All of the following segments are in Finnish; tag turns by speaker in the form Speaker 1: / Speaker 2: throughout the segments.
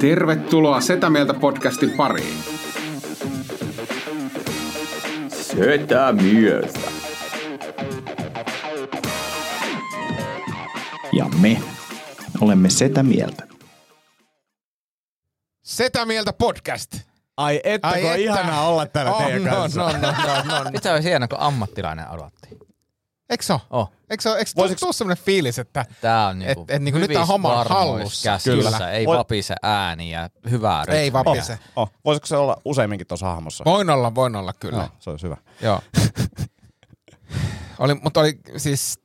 Speaker 1: Tervetuloa Setä Mieltä podcastin pariin.
Speaker 2: Setä mieltä.
Speaker 3: Ja me olemme sitä mieltä.
Speaker 4: Setä mieltä podcast.
Speaker 3: Ai että, Ai kun että. on ihanaa olla täällä
Speaker 5: Oh,
Speaker 4: on,
Speaker 5: no,
Speaker 3: teidän kanssa.
Speaker 4: On, on, on, on, on.
Speaker 5: Nyt se olisi hienoa, kun ammattilainen aloitti.
Speaker 4: Eikö se ole?
Speaker 5: Oh.
Speaker 4: Eikö se ole? Eikö Voisiko... tuu semmoinen fiilis, että
Speaker 5: Tää on
Speaker 4: et,
Speaker 5: niinku
Speaker 4: et, niinku nyt tää
Speaker 5: hyvissä
Speaker 4: homma on
Speaker 5: varmoissa
Speaker 4: hallussa?
Speaker 5: Käsissä. Kyllä. Ei vapise ääni ja hyvää rytmiä.
Speaker 4: Ei vapise.
Speaker 6: Oh, voisiko se olla useimminkin tuossa hahmossa?
Speaker 4: Voin olla, voin olla kyllä.
Speaker 6: Joo, se olisi hyvä.
Speaker 4: Joo. oli, mutta oli siis,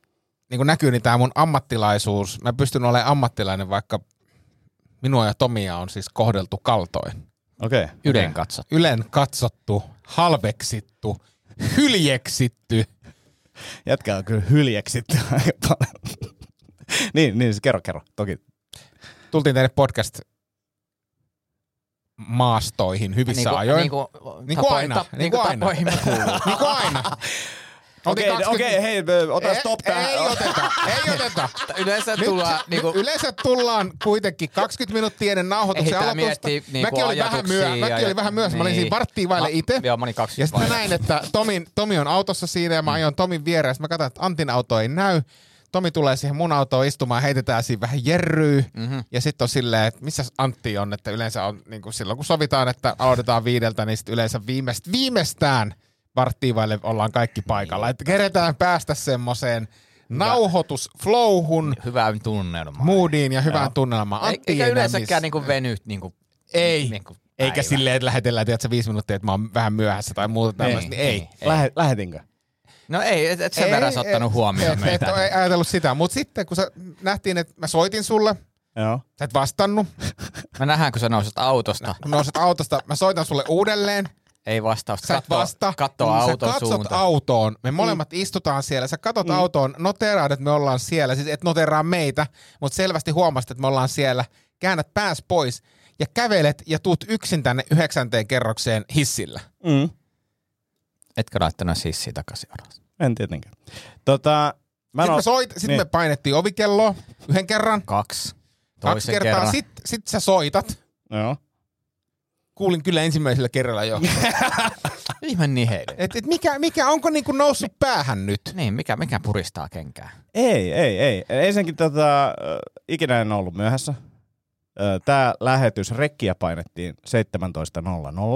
Speaker 4: niin kuin näkyy, niin tämä mun ammattilaisuus, mä pystyn olemaan ammattilainen, vaikka minua ja Tomia on siis kohdeltu kaltoin.
Speaker 6: Okei. Okay.
Speaker 5: Yden katso.
Speaker 4: Ylen katsottu, halveksittu, hyljeksitty.
Speaker 6: Jätkä on kyllä hyljeksitty aika paljon. niin, niin, siis kerro, kerro. Toki.
Speaker 4: Tultiin tänne podcast maastoihin hyvissä
Speaker 5: Niinku-
Speaker 4: ajoin. Niin kuin,
Speaker 5: niinku
Speaker 4: Niinku
Speaker 5: tapo-
Speaker 4: aina,
Speaker 5: tap-
Speaker 4: niinku
Speaker 5: niinku
Speaker 4: aina.
Speaker 5: tapoihin kuuluu.
Speaker 4: niin kuin aina.
Speaker 6: Okei,
Speaker 4: Oltiin
Speaker 6: okay,
Speaker 4: 20
Speaker 6: okay, hei, ö, ota
Speaker 4: Ei-
Speaker 6: stop tähän.
Speaker 4: Ei oteta, ei oteta.
Speaker 5: Yleensä
Speaker 4: Nyt,
Speaker 5: tullaan
Speaker 4: nyt
Speaker 5: niinku...
Speaker 4: yleensä tullaan kuitenkin 20 minuuttia ennen nauhoituksen
Speaker 5: Ehditään
Speaker 4: aloitusta.
Speaker 5: miettiä niinku
Speaker 4: mäkin olin vähän
Speaker 5: ajatuksia
Speaker 4: myöhä,
Speaker 5: ja-
Speaker 4: mäkin olin vähän myöhässä. Mä olin
Speaker 5: Niin.
Speaker 4: siinä varttiin vaille
Speaker 5: Mä-
Speaker 4: itse.
Speaker 5: joo, mä olin 20
Speaker 4: Ja sitten mä
Speaker 5: vaille.
Speaker 4: näin, että Tomin, Tomi on autossa siinä
Speaker 5: Mm.
Speaker 4: ja mä ajoin Tomin viereen. Sitten mä katsoin, että Antin auto ei näy. Tomi tulee siihen mun autoon istumaan, heitetään siinä vähän jerryy. Mm-hmm. Ja sitten on silleen, että missä Antti on, että yleensä on niin kuin silloin kun sovitaan, että aloitetaan viideltä, niin sitten yleensä viimeist, viimeistään varttiin vaille ollaan kaikki paikalla. Että keretään päästä semmoiseen nauhoitusflowhun
Speaker 5: Hyvään tunnelmaan.
Speaker 4: moodiin ja hyvään tunnelmaan.
Speaker 5: Ei-
Speaker 4: Antti
Speaker 5: Eikä
Speaker 4: ei enää
Speaker 5: yleensäkään
Speaker 4: miss-
Speaker 5: niinku venyt niinku...
Speaker 4: ei,
Speaker 5: niinku
Speaker 4: eikä
Speaker 5: päivä.
Speaker 4: silleen, että lähetellään tiedätkö, viisi minuuttia, että mä oon vähän myöhässä tai muuta tämmöistä,
Speaker 6: eh,
Speaker 4: niin ei.
Speaker 6: Lähe, lähetinkö?
Speaker 5: No ei, et, et sen
Speaker 4: Ei,
Speaker 5: verran sä ottanut
Speaker 4: et-
Speaker 5: huomioon
Speaker 4: et, et,
Speaker 5: meitä.
Speaker 4: ole ajatellut sitä, mutta sitten kun sä nähtiin, että mä soitin sulle,
Speaker 6: Joo.
Speaker 4: sä et vastannut,
Speaker 5: Mä nähdään, kun sä nouset autosta.
Speaker 4: kun nouset autosta, mä soitan sulle uudelleen,
Speaker 5: Ei vastausta.
Speaker 4: sä et
Speaker 5: Kattoo-
Speaker 4: vasta, Mm,
Speaker 5: Kattoo
Speaker 4: sä
Speaker 5: auton
Speaker 4: katsot
Speaker 5: suuntaan.
Speaker 4: autoon, me molemmat mm. istutaan siellä, sä katot mm. autoon, noteraat, että me ollaan siellä, siis et noteraa meitä, mutta selvästi huomasit, että me ollaan siellä, käännät pääs pois ja kävelet ja tuut yksin tänne yhdeksänteen kerrokseen hissillä.
Speaker 6: Mm.
Speaker 5: Etkö laittanut hissiä takaisin alas?
Speaker 6: En tietenkään. Tota, mä en
Speaker 4: Sitten
Speaker 6: oo-
Speaker 4: me, soit, sit
Speaker 6: niin.
Speaker 4: me painettiin ovikelloa yhden kerran,
Speaker 5: Kaksi.
Speaker 4: kaksi
Speaker 5: Toisen
Speaker 4: kertaa,
Speaker 5: kerran.
Speaker 4: sitten sit sä soitat.
Speaker 6: Joo.
Speaker 4: Kuulin kyllä ensimmäisellä kerralla jo.
Speaker 5: Ihme niin, niheily.
Speaker 4: Et, et mikä, mikä, onko niinku noussut päähän nyt?
Speaker 5: Niin, mikä, mikä puristaa kenkää?
Speaker 6: Ei, ei, ei. Ensinnäkin tota, äh, ikinä en ollut myöhässä. Tämä lähetys, rekkiä painettiin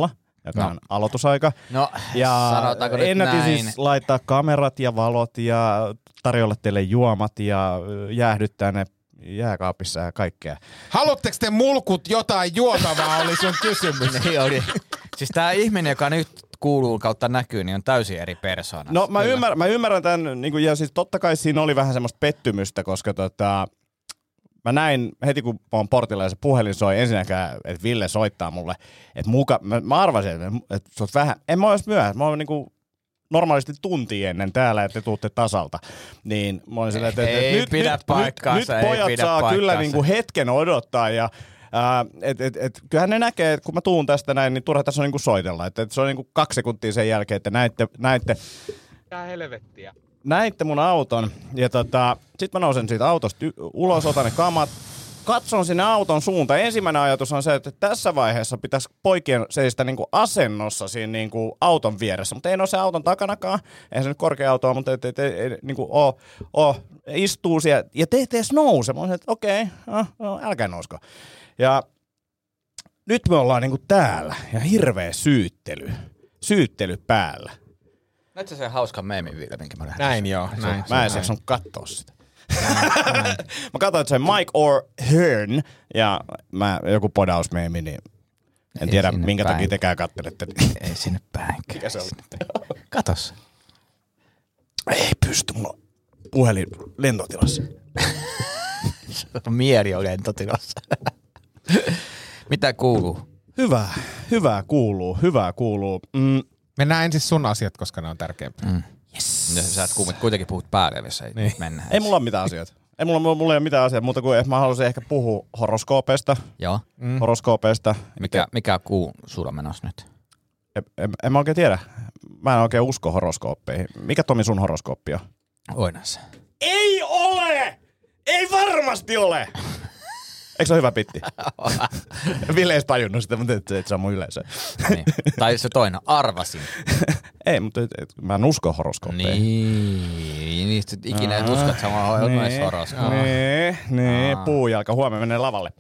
Speaker 6: 17.00, joka
Speaker 5: No.
Speaker 6: on aloitusaika.
Speaker 5: No,
Speaker 6: Ja
Speaker 5: sanotaanko nyt
Speaker 6: ennätin
Speaker 5: näin.
Speaker 6: siis laittaa kamerat ja valot ja tarjolla teille juomat ja ö, jäähdyttää ne jääkaapissa ja kaikkea.
Speaker 4: Haluatteko te mulkut jotain juotavaa, oli sun kysymys.
Speaker 5: niin oli. Siis tää ihminen, joka nyt kuuluu kautta näkyy, niin on täysin eri persoona.
Speaker 6: No mä, ymmär, mä ymmärrän tämän, niin kuin, ja siis totta kai siinä oli vähän semmoista pettymystä, koska tota, mä näin heti kun mä oon portilla ja se puhelin soi ensinnäkään, että Ville soittaa mulle, että muka, mä, mä arvasin, että, että sä oot vähän, en mä ois myöhässä, mä oon niinku normaalisti tunti ennen täällä, että te tuutte tasalta. Niin mä olin sillä, että, että
Speaker 5: Ei
Speaker 6: nyt,
Speaker 5: pidä
Speaker 6: nyt,
Speaker 5: paikkaansa,
Speaker 6: nyt,
Speaker 5: ei
Speaker 6: nyt pojat
Speaker 5: pidä
Speaker 6: saa kyllä
Speaker 5: paikkaansa.
Speaker 6: niinku hetken odottaa ja Ää, et, et, et, kyllähän ne näkee, että kun mä tuun tästä näin, niin turha tässä on niinku soitella. Et, et se on niinku kaksi sekuntia sen jälkeen, että näitte, näitte, näitte mun auton. Ja tota, sit mä nousen siitä autosta y- ulos, otan ne kamat, katson sinne auton suuntaan. Ensimmäinen ajatus on se, että tässä vaiheessa pitäisi poikien seistä niinku asennossa siinä niinku auton vieressä. Mutta ei ole se auton takanakaan. Eihän se nyt korkea autoa, mutta et, et, et, et, niinku oo, oo, istuu siellä. Ja te ette edes nouse. Mä oon se, että okei, no, no, älkää nousko. Ja nyt me ollaan niinku täällä ja hirveä syyttely. Syyttely päällä.
Speaker 5: Näetkö sen hauskan meemin vielä, minkä mä lähdin?
Speaker 4: Näin joo, näin.
Speaker 6: Mä en edes jaksanut katsoa sitä. mä katsoin sen Mike O'Hearn ja mä, joku podausmeemi, niin
Speaker 5: Ei
Speaker 6: en tiedä
Speaker 5: sinne
Speaker 6: minkä
Speaker 5: päin.
Speaker 6: takia tekää kattelette.
Speaker 5: Ei sinne päinkään. Mikä
Speaker 6: se oli?
Speaker 5: Katos.
Speaker 6: Ei pysty, mulla on puhelin lentotilassa.
Speaker 5: Mieli on lentotilassa. Mitä kuuluu?
Speaker 6: Hyvää, hyvää kuuluu, hyvää kuuluu. Mm,
Speaker 4: Mennään ensin sun asiat, koska ne on tärkeämpiä. Mm.
Speaker 5: No, sä et kuitenkin- kuitenkin puhut päälle, jos ei niin. mennä.
Speaker 6: ei mulla ole mitään asioita. Ei mulla, mulla ei ole mitään asiaa, mutta kun mä halusin ehkä puhua horoskoopeista.
Speaker 5: Joo.
Speaker 6: Mm. Horoskoopeista.
Speaker 5: Mikä, mikä kuu sulla menossa nyt?
Speaker 6: En, en, en mä oikein tiedä. Mä en oikein usko horoskooppeihin. Mikä Tomi sun horoskooppi on?
Speaker 5: Oinassa.
Speaker 6: Ei ole! Ei varmasti ole! Eikö se ole hyvä pitti? Ville ei edes tajunnut sitä, mutta et, et saa mun yleisö.
Speaker 5: Niin. tai se toinen, arvasin.
Speaker 6: ei, mutta et, et, mä en usko horoskooppeihin.
Speaker 5: Niin, niistä ikinä ei usko, että sama on niin.
Speaker 6: Niin, niin. puujalka. Huomenna menee lavalle.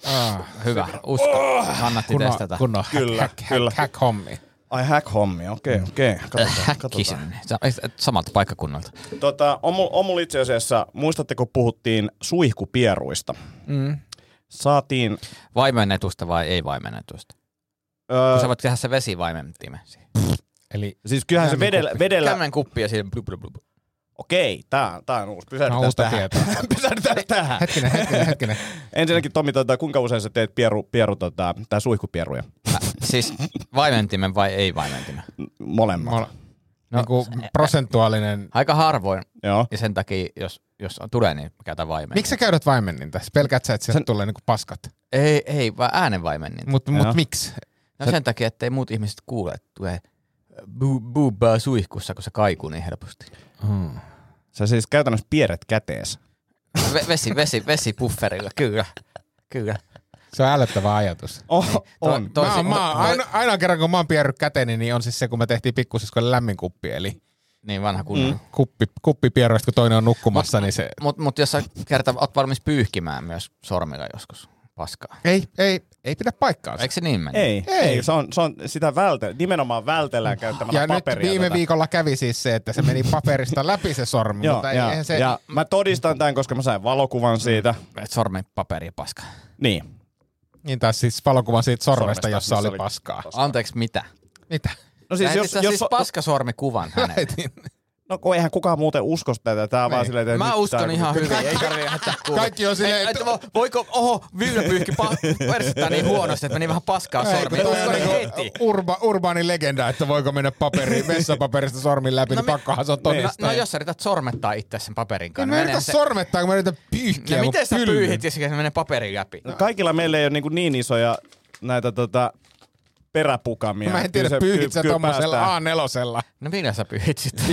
Speaker 5: Hyvä, usko. Kannatti testata.
Speaker 4: Kun on
Speaker 6: Kyllä,
Speaker 4: hack, hack,
Speaker 6: kyllä.
Speaker 4: hack, hack hommi.
Speaker 6: Ai häkhommi, okei,
Speaker 5: Mm.
Speaker 6: okay, okei. Okay. Katsotaan,
Speaker 5: Äh, Häkkisin.
Speaker 6: katsotaan.
Speaker 5: Sä- et- Samalta paikkakunnalta.
Speaker 6: Tota, on, mul, on mul itse asiassa, muistatteko puhuttiin suihkupieruista? Mm. Saatiin...
Speaker 5: Vaimennetusta vai ei vaimennetusta?
Speaker 6: Öö,
Speaker 5: Kun sä voit tehdä se vesivaimentime.
Speaker 4: Eli
Speaker 6: siis kyllähän se
Speaker 5: niin
Speaker 6: vedellä... vedellä
Speaker 5: Kämmen kuppi ja siinä blub, blub, blub.
Speaker 6: Okei, tää, tää on uusi.
Speaker 4: no,
Speaker 6: Pysähdytään
Speaker 4: uutta
Speaker 6: tähän.
Speaker 4: tietoa.
Speaker 6: Pysähdytään tähän.
Speaker 4: Hetkinen, hetkinen, hetkinen.
Speaker 6: Ensinnäkin Tomi, tota, kuinka usein sä teet pieru, pieru tota, tää suihkupieruja?
Speaker 5: Mä- Siis vaimentimen vai ei vaimentimen?
Speaker 6: Molemmat.
Speaker 4: Mulla,
Speaker 6: Mole-
Speaker 4: no, niin kuin prosentuaalinen.
Speaker 5: Aika harvoin.
Speaker 6: Joo.
Speaker 5: Ja sen takia, jos, jos on, tulee, niin käytä vaimenninta.
Speaker 4: Miksi sä käydät vaimenninta? Sä Pelkäät sä, että sieltä tulee niinku paskat.
Speaker 5: Ei, ei, vaan äänenvaimenninta.
Speaker 4: Mutta mut
Speaker 6: Joo.
Speaker 4: miksi?
Speaker 5: No sen takia, ettei muut ihmiset kuule, että tulee bu- buubbaa suihkussa, kun se kaikuu niin helposti.
Speaker 6: Sä siis käytännössä pieret kätees.
Speaker 5: Ve- vesi, vesi, vesi pufferilla, kyllä. Kyllä.
Speaker 4: Se on älyttävä ajatus.
Speaker 6: Oh,
Speaker 5: Toi-
Speaker 6: on.
Speaker 4: Mä, oon-
Speaker 5: toisin-
Speaker 4: mä, oon-
Speaker 5: toi-
Speaker 4: aina, aina kerran kun mä oon pierryt käteni, niin on siis se, kun me tehtiin pikkusiskolle lämmin kuppi. Eli
Speaker 5: Niin vanha kunnon. Mm.
Speaker 4: kuppi, kuppipierroista, kun toinen on nukkumassa, niin se...
Speaker 5: Mutta mut jos sä kerta oot valmis pyyhkimään myös sormilla joskus paskaa.
Speaker 4: Ei, ei, ei pidä paikkaansa.
Speaker 5: Eikö se niin mene?
Speaker 6: Ei,
Speaker 4: Ei.
Speaker 6: ei. ei se, on, se on sitä välte, nimenomaan vältellään käyttämällä
Speaker 4: Ja nyt
Speaker 6: paperia.
Speaker 4: viime
Speaker 6: tätä.
Speaker 4: viikolla kävi siis se, että se meni paperista läpi se sormi,
Speaker 6: Joo,
Speaker 4: mutta
Speaker 6: ja,
Speaker 4: eihän se... Mm.
Speaker 6: ja mä todistan tämän, koska mä sain valokuvan siitä.
Speaker 5: Sormen paperi paska.
Speaker 6: Niin.
Speaker 4: Niin taas siis valokuva siitä sormesta,
Speaker 6: Sormesta,
Speaker 4: jossa
Speaker 6: missä
Speaker 4: oli
Speaker 6: oli
Speaker 4: paskaa.
Speaker 5: Anteeksi, mitä?
Speaker 4: Mitä?
Speaker 6: No siis,
Speaker 5: Lähetit
Speaker 6: jos,
Speaker 5: sä
Speaker 6: jos,
Speaker 5: siis paskasormikuvan hänelle.
Speaker 4: Lähetin.
Speaker 6: no kun eihän kukaan muuten usko tätä.
Speaker 4: Niin.
Speaker 6: Tää on niinku- vaan silleen, että
Speaker 5: Mä
Speaker 6: nyt
Speaker 5: uskon
Speaker 6: tää-
Speaker 5: ihan hyvin, ei tarvii lähettää kuulla.
Speaker 4: Kaikki on silleen,
Speaker 5: Ei,
Speaker 4: että-
Speaker 5: et vo- voiko, oho, Vyylä pyyhki pa- persettä niin huonosti, että meni vähän paskaa
Speaker 4: Ei, kun
Speaker 5: sormiin.
Speaker 4: toi on
Speaker 5: Uskon
Speaker 4: niinku
Speaker 5: heti.
Speaker 4: urba, urbaani legenda, että voiko mennä paperi, vessapaperista sormin läpi, niin
Speaker 5: me-
Speaker 4: pakkohan se on
Speaker 5: No,
Speaker 4: todistaa.
Speaker 5: no, jos sä yrität sormettaa itse sen paperin
Speaker 4: En
Speaker 5: kanssa.
Speaker 4: mä
Speaker 5: niin
Speaker 4: yritä
Speaker 5: meneehän se-
Speaker 4: sormettaa, kun mä yritän pyyhkiä.
Speaker 5: No
Speaker 4: mun
Speaker 5: miten sä
Speaker 4: pyllyn.
Speaker 5: pyyhit ja se menee paperin läpi?
Speaker 4: No.
Speaker 6: No Kaikilla meillä ei ole niin, niin isoja näitä tota, peräpukamia.
Speaker 4: Mä en tiedä,
Speaker 6: Kyllä se-
Speaker 4: pyyhit sä
Speaker 6: kyllä
Speaker 4: tommosella
Speaker 6: päästään.
Speaker 4: A4.
Speaker 5: No minä sä pyyhit sitten?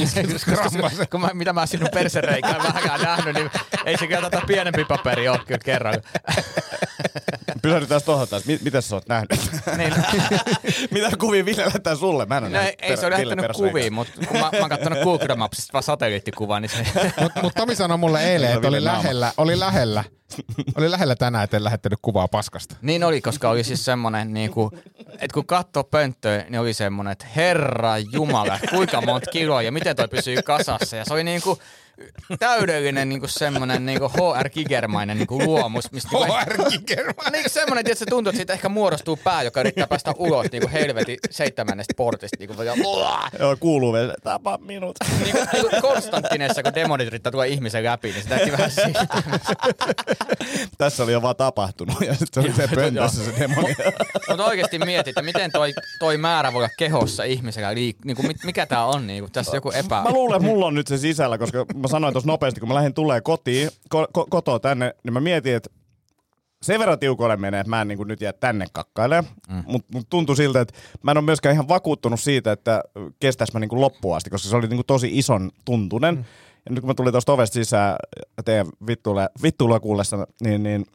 Speaker 4: grammaa.
Speaker 5: kun mä, mitä mä oon sinun persereikään vähänkään nähnyt, niin ei se kyllä tätä pienempi paperi ole kyllä kerran.
Speaker 6: Pysähdytään tuohon taas. Mi- Mitä sä oot nähnyt?
Speaker 5: Niin,
Speaker 6: Mitä kuvia Ville lähettää sulle? Mä en ole
Speaker 5: no, ei, ei se ole lähtenyt kuviin, mutta kun mä, mä oon katsonut Google Mapsista vaan satelliittikuvaa, niin se...
Speaker 4: Mutta mut Tomi sanoi mulle eilen, että oli
Speaker 6: Ville naama.
Speaker 4: lähellä, oli lähellä, oli lähellä tänään, että en lähettänyt kuvaa paskasta.
Speaker 5: Niin oli, koska oli siis semmonen, niin kuin, että kun katsoo pönttöä, niin oli semmonen, että herra jumala, kuinka monta kiloa ja miten toi pysyy kasassa. Ja se oli niin kuin, täydellinen niin kuin semmonen niin kuin HR Kigermainen niin kuin luomus. Mistä niinku-
Speaker 4: Kikerman.
Speaker 5: Niin semmoinen, että se tuntuu, että siitä ehkä muodostuu pää, joka yrittää päästä ulos niin kuin helvetin seitsemännestä portista. Niin kuin,
Speaker 6: Joo, kuuluu vielä. Tapa minut.
Speaker 5: niin kuin, niin kuin Konstantineessa, kun demonit yrittää tuoda ihmisen läpi, niin sitä ehti vähän siitä.
Speaker 6: Tässä oli jo vaan tapahtunut ja sitten se oli se pöntössä se demoni.
Speaker 5: Mutta oikeasti mietit, että miten toi, toi määrä voi olla kehossa ihmisellä. Liik- niin kuin, mikä tää on? Niin kuin, tässä joku epä...
Speaker 6: Mä luulen, että mulla on nyt se sisällä, koska mä sanoin tuossa nopeasti, kun mä lähdin tulee kotiin, ko- ko- kotoa tänne, niin mä mietin, että sen verran tiukoille menee, että mä en niin nyt jää tänne kakkailemaan. Mm. Mutta mut tuntui siltä, että mä en ole myöskään ihan vakuuttunut siitä, että kestäis mä niin loppuun asti, koska se oli niin tosi ison tuntunen. Mm. Ja nyt kun mä tulin tuosta ovesta sisään teidän vittuilla, vittuilla kuullessa, niin, niin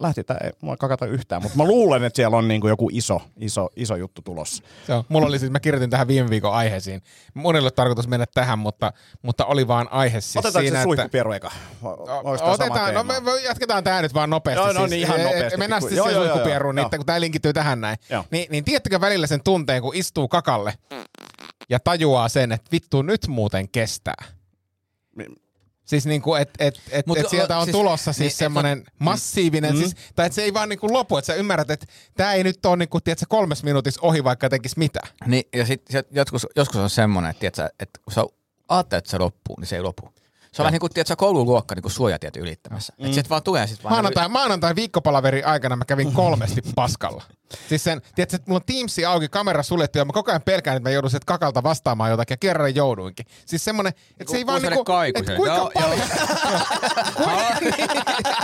Speaker 6: lähti tää, ei mua kakata yhtään, mutta mä luulen, että siellä on niin joku iso, iso, iso juttu tulossa.
Speaker 4: Joo, mulla oli siis, mä kirjoitin tähän viime viikon aiheisiin. Monilla oli tarkoitus mennä tähän, mutta, mutta oli vaan aihe siis
Speaker 6: Otetaan
Speaker 4: siinä,
Speaker 6: se
Speaker 4: että...
Speaker 6: suihkupieru eka? Vai- onks tää sama
Speaker 4: Otetaan, no
Speaker 6: teema?
Speaker 4: me, me jatketaan tämä nyt vaan nopeasti.
Speaker 6: Joo, no niin, ihan
Speaker 4: Eh,
Speaker 6: nopeasti.
Speaker 4: Mennään
Speaker 6: Pikku-
Speaker 4: sitten
Speaker 6: joo,
Speaker 4: siihen
Speaker 6: joo, joo,
Speaker 4: suihkupieruun, niin,
Speaker 6: joo.
Speaker 4: että kun tämä linkittyy tähän näin.
Speaker 6: Joo.
Speaker 4: Niin, niin tiedättekö välillä sen tunteen, kun istuu kakalle ja tajuaa sen, että vittu nyt muuten kestää. Siis niinku, et, et, et,
Speaker 5: Mut
Speaker 4: et
Speaker 5: jo-
Speaker 4: sieltä on
Speaker 5: siis-
Speaker 4: tulossa
Speaker 5: niin,
Speaker 4: siis
Speaker 5: et
Speaker 4: semmoinen massiivinen,
Speaker 6: Mm-hmm.
Speaker 4: siis, tai että se ei vaan niinku lopu, että sä ymmärrät, että tämä ei nyt ole niinku, tiedätkö, kolmes minuutissa ohi, vaikka tekis mitä.
Speaker 5: Niin, ja sitten joskus, joskus on semmoinen, että, tiedätkö, että kun sä ajattelet, että se loppuu, niin se ei lopu. Se on niin kuin, tiedätkö, koululuokka niin suojatiet ylittämässä. Mm. Että sieltä vaan tulee sitten vaan...
Speaker 4: Maanantai, maanantai viikkopalaverin aikana mä kävin kolmesti paskalla. Siis sen, tiedätkö, että mulla on Teamsi auki, kamera suljettu ja mä koko ajan pelkään, että mä joudun sieltä kakalta vastaamaan jotakin ja kerran jouduinkin. Siis semmonen,
Speaker 5: Niin
Speaker 4: että se ei vaan
Speaker 5: kuuselle
Speaker 4: niinku, että
Speaker 5: kaikuselle.
Speaker 4: kuinka
Speaker 5: Joo,
Speaker 4: paljon,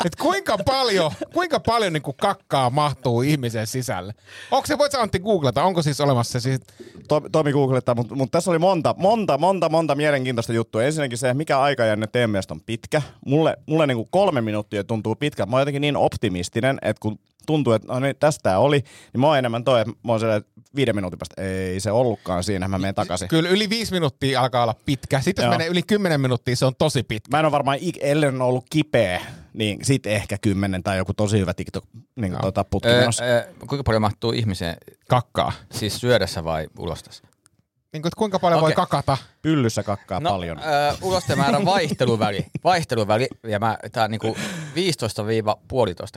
Speaker 4: että kuinka paljon, kuinka paljon niinku kakkaa mahtuu ihmisen sisälle. Onko se, voit sä Antti googlata, onko siis olemassa se siis,
Speaker 6: To- Tomi googlettaa, mutta mut tässä oli monta, monta, monta, monta mielenkiintoista juttua. Ensinnäkin se, mikä aikajänne teidän mielestä on pitkä. Mulle, mulle niinku kolme minuuttia tuntuu pitkä. Mä oon jotenkin niin optimistinen, että kun tuntuu, että no niin, tästä tää oli, niin mä oon enemmän toi, että mä oon siellä, että viiden minuutin päästä ei se ollutkaan siinä, mä menen takaisin.
Speaker 4: kyllä yli viisi minuuttia alkaa olla pitkä. Sitten jos
Speaker 6: Joo.
Speaker 4: menee yli kymmenen minuuttia, se on tosi pitkä.
Speaker 6: Mä en ole varmaan, ik- ellen ole ollut kipeä, niin sit ehkä kymmenen tai joku tosi hyvä TikTok niin no. tota, putki
Speaker 5: Öö,
Speaker 6: menossa.
Speaker 5: öö, kuinka paljon mahtuu ihmiseen,
Speaker 4: Kakkaa.
Speaker 5: siis syödessä vai ulostessa?
Speaker 4: Niin kuin, että kuinka paljon okay. voi
Speaker 5: Okei.
Speaker 4: kakata?
Speaker 6: Pyllyssä kakkaa no, paljon. Äh,
Speaker 5: Öö, ulostemäärän vaihteluväli. Vaihteluväli, ja mä, tää on niinku 15-15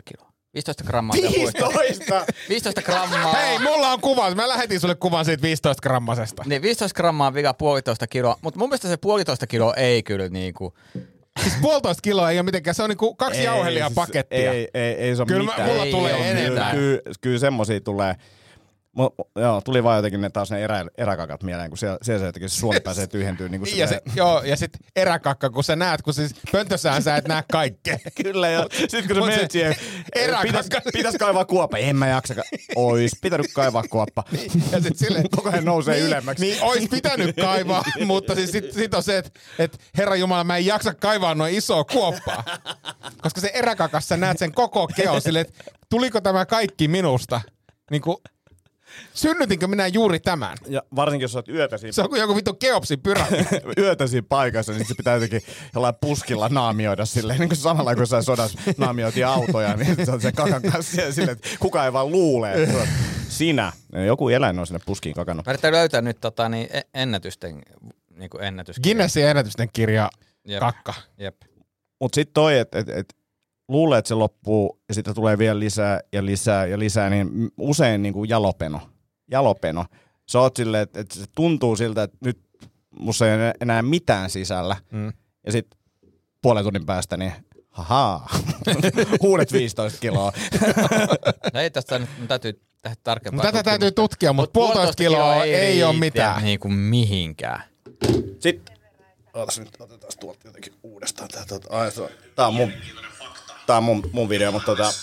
Speaker 5: kiloa. 15 grammaa. tai puolitoista. 15 grammaa.
Speaker 4: Hei, mulla on kuva. Mä lähetin sulle kuvan siitä 15 grammasesta.
Speaker 5: Niin, 15 grammaa vika puolitoista kiloa, mutta mun mielestä se puolitoista kiloa ei kyllä niinku...
Speaker 4: Siis puolitoista kiloa ei ole mitenkään. Se on niinku kaksi jauhelia pakettia.
Speaker 6: siis Ei, ei, ei se on
Speaker 4: Kyllä mä-
Speaker 6: mitään.
Speaker 4: mulla
Speaker 5: Ei
Speaker 4: tulee
Speaker 5: oo
Speaker 4: enemmän.
Speaker 6: Kyllä,
Speaker 5: mitään.
Speaker 6: kyllä, kyllä semmosia tulee. Mu, mu- joo, tuli vaan jotenkin ne taas ne erä, eräkakat mieleen, kun siellä, siellä se jotenkin se suoli pääsee tyhjentyy. Niin kuin
Speaker 4: Ja se, joo, ja sit eräkakka, kun sä näet, kun siis pöntössähän sä et näe kaikkea.
Speaker 6: Kyllä joo. Sitten kun
Speaker 4: Mut
Speaker 6: se
Speaker 4: se
Speaker 6: menet siihen,
Speaker 4: eräkakka-
Speaker 6: pitäis, pitäis kaivaa kuoppa. En mä jaksakaan. Ois pitänyt kaivaa kuoppa.
Speaker 4: Ja sit silleen,
Speaker 6: Koko ajan nousee
Speaker 4: niin,
Speaker 6: ylemmäksi. Niin.
Speaker 4: Niin, ois pitänyt kaivaa, mutta siis sit, sit on se, että et, herra Jumala, mä en jaksa kaivaa noin isoa kuoppaa. Koska se eräkakassa sä näet sen koko keo silleen, että tuliko tämä kaikki minusta? Niin kuin, synnytinkö minä juuri tämän?
Speaker 6: Ja varsinkin jos sä oot yötä siinä
Speaker 4: Se on kuin joku vittu keopsin pyramidi.
Speaker 6: yötä siinä paikassa, niin se pitää jotenkin jollain puskilla naamioida silleen, niin kuin samalla kun sä sodassa naamioitiin autoja, niin se on se kakan kanssa siellä silleen, että kukaan ei vaan luulee. että sä oot Sinä. Joku eläin on sinne puskiin kakannut.
Speaker 5: Mä yritän löytää nyt tota, niin e- ennätysten niinku ennätys.
Speaker 4: Guinnessin ennätysten kirja
Speaker 5: Jep.
Speaker 4: kakka.
Speaker 5: Jep.
Speaker 6: Mutta sitten toi, että et, et, luulee, että se loppuu ja sitten tulee vielä lisää ja lisää ja lisää, niin m- usein niin kuin jalopeno. Jalopeno. Sä oot silleen, että et se tuntuu siltä, että nyt musta ei ole enää mitään sisällä. Mm. Ja sitten puolen tunnin päästä, niin hahaa, uudet 15 kiloa.
Speaker 5: No ei tästä nyt, mun täytyy tehdä tarkempaa.
Speaker 4: No, tätä täytyy tutkia, mutta
Speaker 5: Mut
Speaker 4: puolitoista kiloa ei ole
Speaker 5: riitä
Speaker 4: mitään.
Speaker 5: Niinku mihinkään.
Speaker 6: Sitten, ootas nyt, otetaan tuolta jotenkin uudestaan. Tää, tuota, ai, tuo- tää on mun, tää on mun, mun video, mutta tota,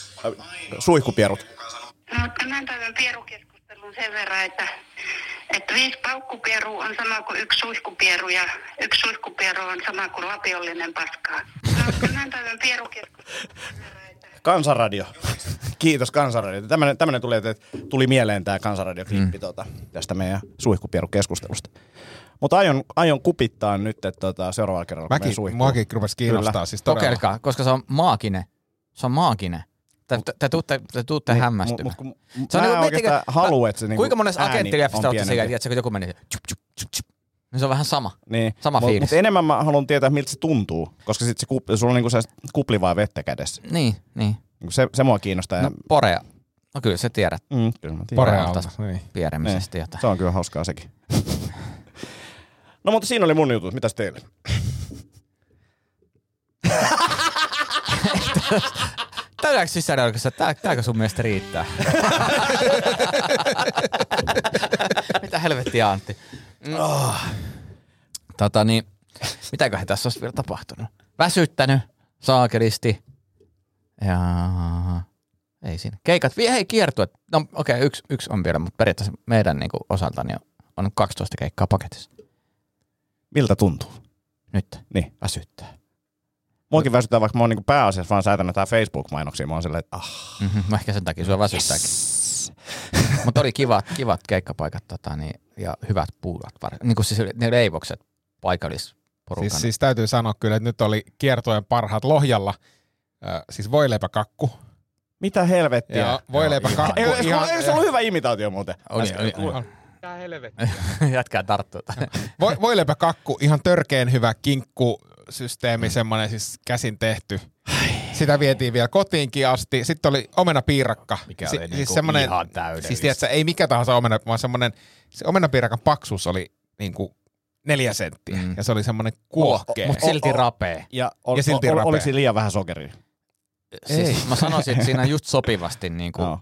Speaker 6: suihkupierut.
Speaker 7: No, Mutta tämän päivän pierukeskustelun sen verran, että, että viisi paukkupieru on sama kuin yksi suihkupieru ja yksi suihkupieru on sama kuin lapiollinen paskaa. Mutta tämän päivän pierukeskustelun sen verran, että
Speaker 6: Kansanradio. Kiitos Kansanradio. Tämmönen, tämmönen tuli, että tuli mieleen tämä Kansanradio-klippi mm. tota, tästä meidän suihkupierukeskustelusta. Mutta aion, aion kupittaa nyt että tota, seuraavalla kerralla, kun menen
Speaker 4: Mäkin,
Speaker 6: suihkuun.
Speaker 4: muakin rupesi kiinnostaa
Speaker 6: Kyllä.
Speaker 4: siis todella.
Speaker 5: Kokeilkaa, koska se on maaginen. Se on maaginen. Te, te, te tuutte, te tuutte niin, hämmästymään.
Speaker 6: mut- mut kun mä en oikeastaan halua, että se niinku
Speaker 5: Kuinka monessa
Speaker 6: ääni
Speaker 5: agenttilieffistä
Speaker 6: on
Speaker 5: olette
Speaker 6: pienempi.
Speaker 5: sekä, tiedätkö, kun joku meni tjup, tjup, tjup, tjup. Niin se on vähän sama.
Speaker 6: Niin.
Speaker 5: Sama
Speaker 6: Mut-
Speaker 5: fiilis.
Speaker 6: Mutta enemmän mä haluan tietää, miltä se tuntuu, koska sit se kupli, sulla on niinku se kupli vaan vettä kädessä.
Speaker 5: Niin, niin.
Speaker 6: Niinku Se, se mua kiinnostaa.
Speaker 5: No,
Speaker 6: No.
Speaker 5: porea. No siis kyllä se tiedät
Speaker 6: Mm, kyllä mä tiedän.
Speaker 4: Porealta.
Speaker 5: Porealta.
Speaker 4: Niin.
Speaker 5: pieremisestä jotain.
Speaker 6: Se on kyllä hauskaa sekin. No mutta siinä oli mun jutut. Mitäs teille?
Speaker 5: Täydäänkö sisällä oikeastaan, tää, tääkö sun mielestä riittää? Mitä helvettiä Antti? Mm. Tota niin, mitäköhän tässä olisi vielä tapahtunut? Väsyttänyt, saakelisti. Ja ei siinä. Keikat, vi- hei kiertuet. No okei, okay, yksi, yksi on vielä, mutta periaatteessa meidän niinku, osaltani on, on 12 keikkaa paketissa.
Speaker 6: Miltä tuntuu?
Speaker 5: Nyt
Speaker 6: Niin.
Speaker 5: väsyttää.
Speaker 6: Muakin
Speaker 4: No.
Speaker 6: väsyttää, vaikka mä oon niinku pääasiassa vaan säätänyt tää Facebook-mainoksia. Mä oon silleen, että ah,
Speaker 5: Mm-hmm. Ehkä sen takia sua väsyttääkin. Mutta oli kivat, kivat keikkapaikat tota, niin, ja hyvät puurat. Var... Niin kuin siis ne leivokset paikallisporukan.
Speaker 4: Siis, siis täytyy sanoa kyllä, että nyt oli kiertojen parhaat Lohjalla. Äh, siis voileipäkakku.
Speaker 6: mitä helvettiä.
Speaker 4: Ja voileipäkakku.
Speaker 6: Ei, ei,
Speaker 4: ihan-
Speaker 6: ei, se ollut hyvä imitaatio muuten.
Speaker 5: oli, oli, oli.
Speaker 6: siis-
Speaker 5: Jätkää tarttua. tähän.
Speaker 4: Voi, voileipäkakku, ihan törkeen hyvä
Speaker 5: Mm.
Speaker 4: kinkkusysteemi, semmoinen siis käsin tehty. Sitä vietiin vielä kotiinkin asti. Sitten oli omenapiirakka.
Speaker 5: Mikä oli niinku
Speaker 4: siis semmoinen,
Speaker 5: ihan täydellistä.
Speaker 4: Siis tiedätkö, ei mikä tahansa omena, vaan semmoinen, se omenapiirakan paksuus oli niin kuin neljä senttiä. Mm. Ja se oli semmoinen kuohkea.
Speaker 5: Mut silti rapee.
Speaker 6: Ja, ol,
Speaker 4: Ja silti
Speaker 6: ol,
Speaker 4: rapea.
Speaker 6: oliko siinä liian vähän sokeria?
Speaker 5: Siis mä sanoisin, että siinä on just sopivasti niinku
Speaker 6: Joo.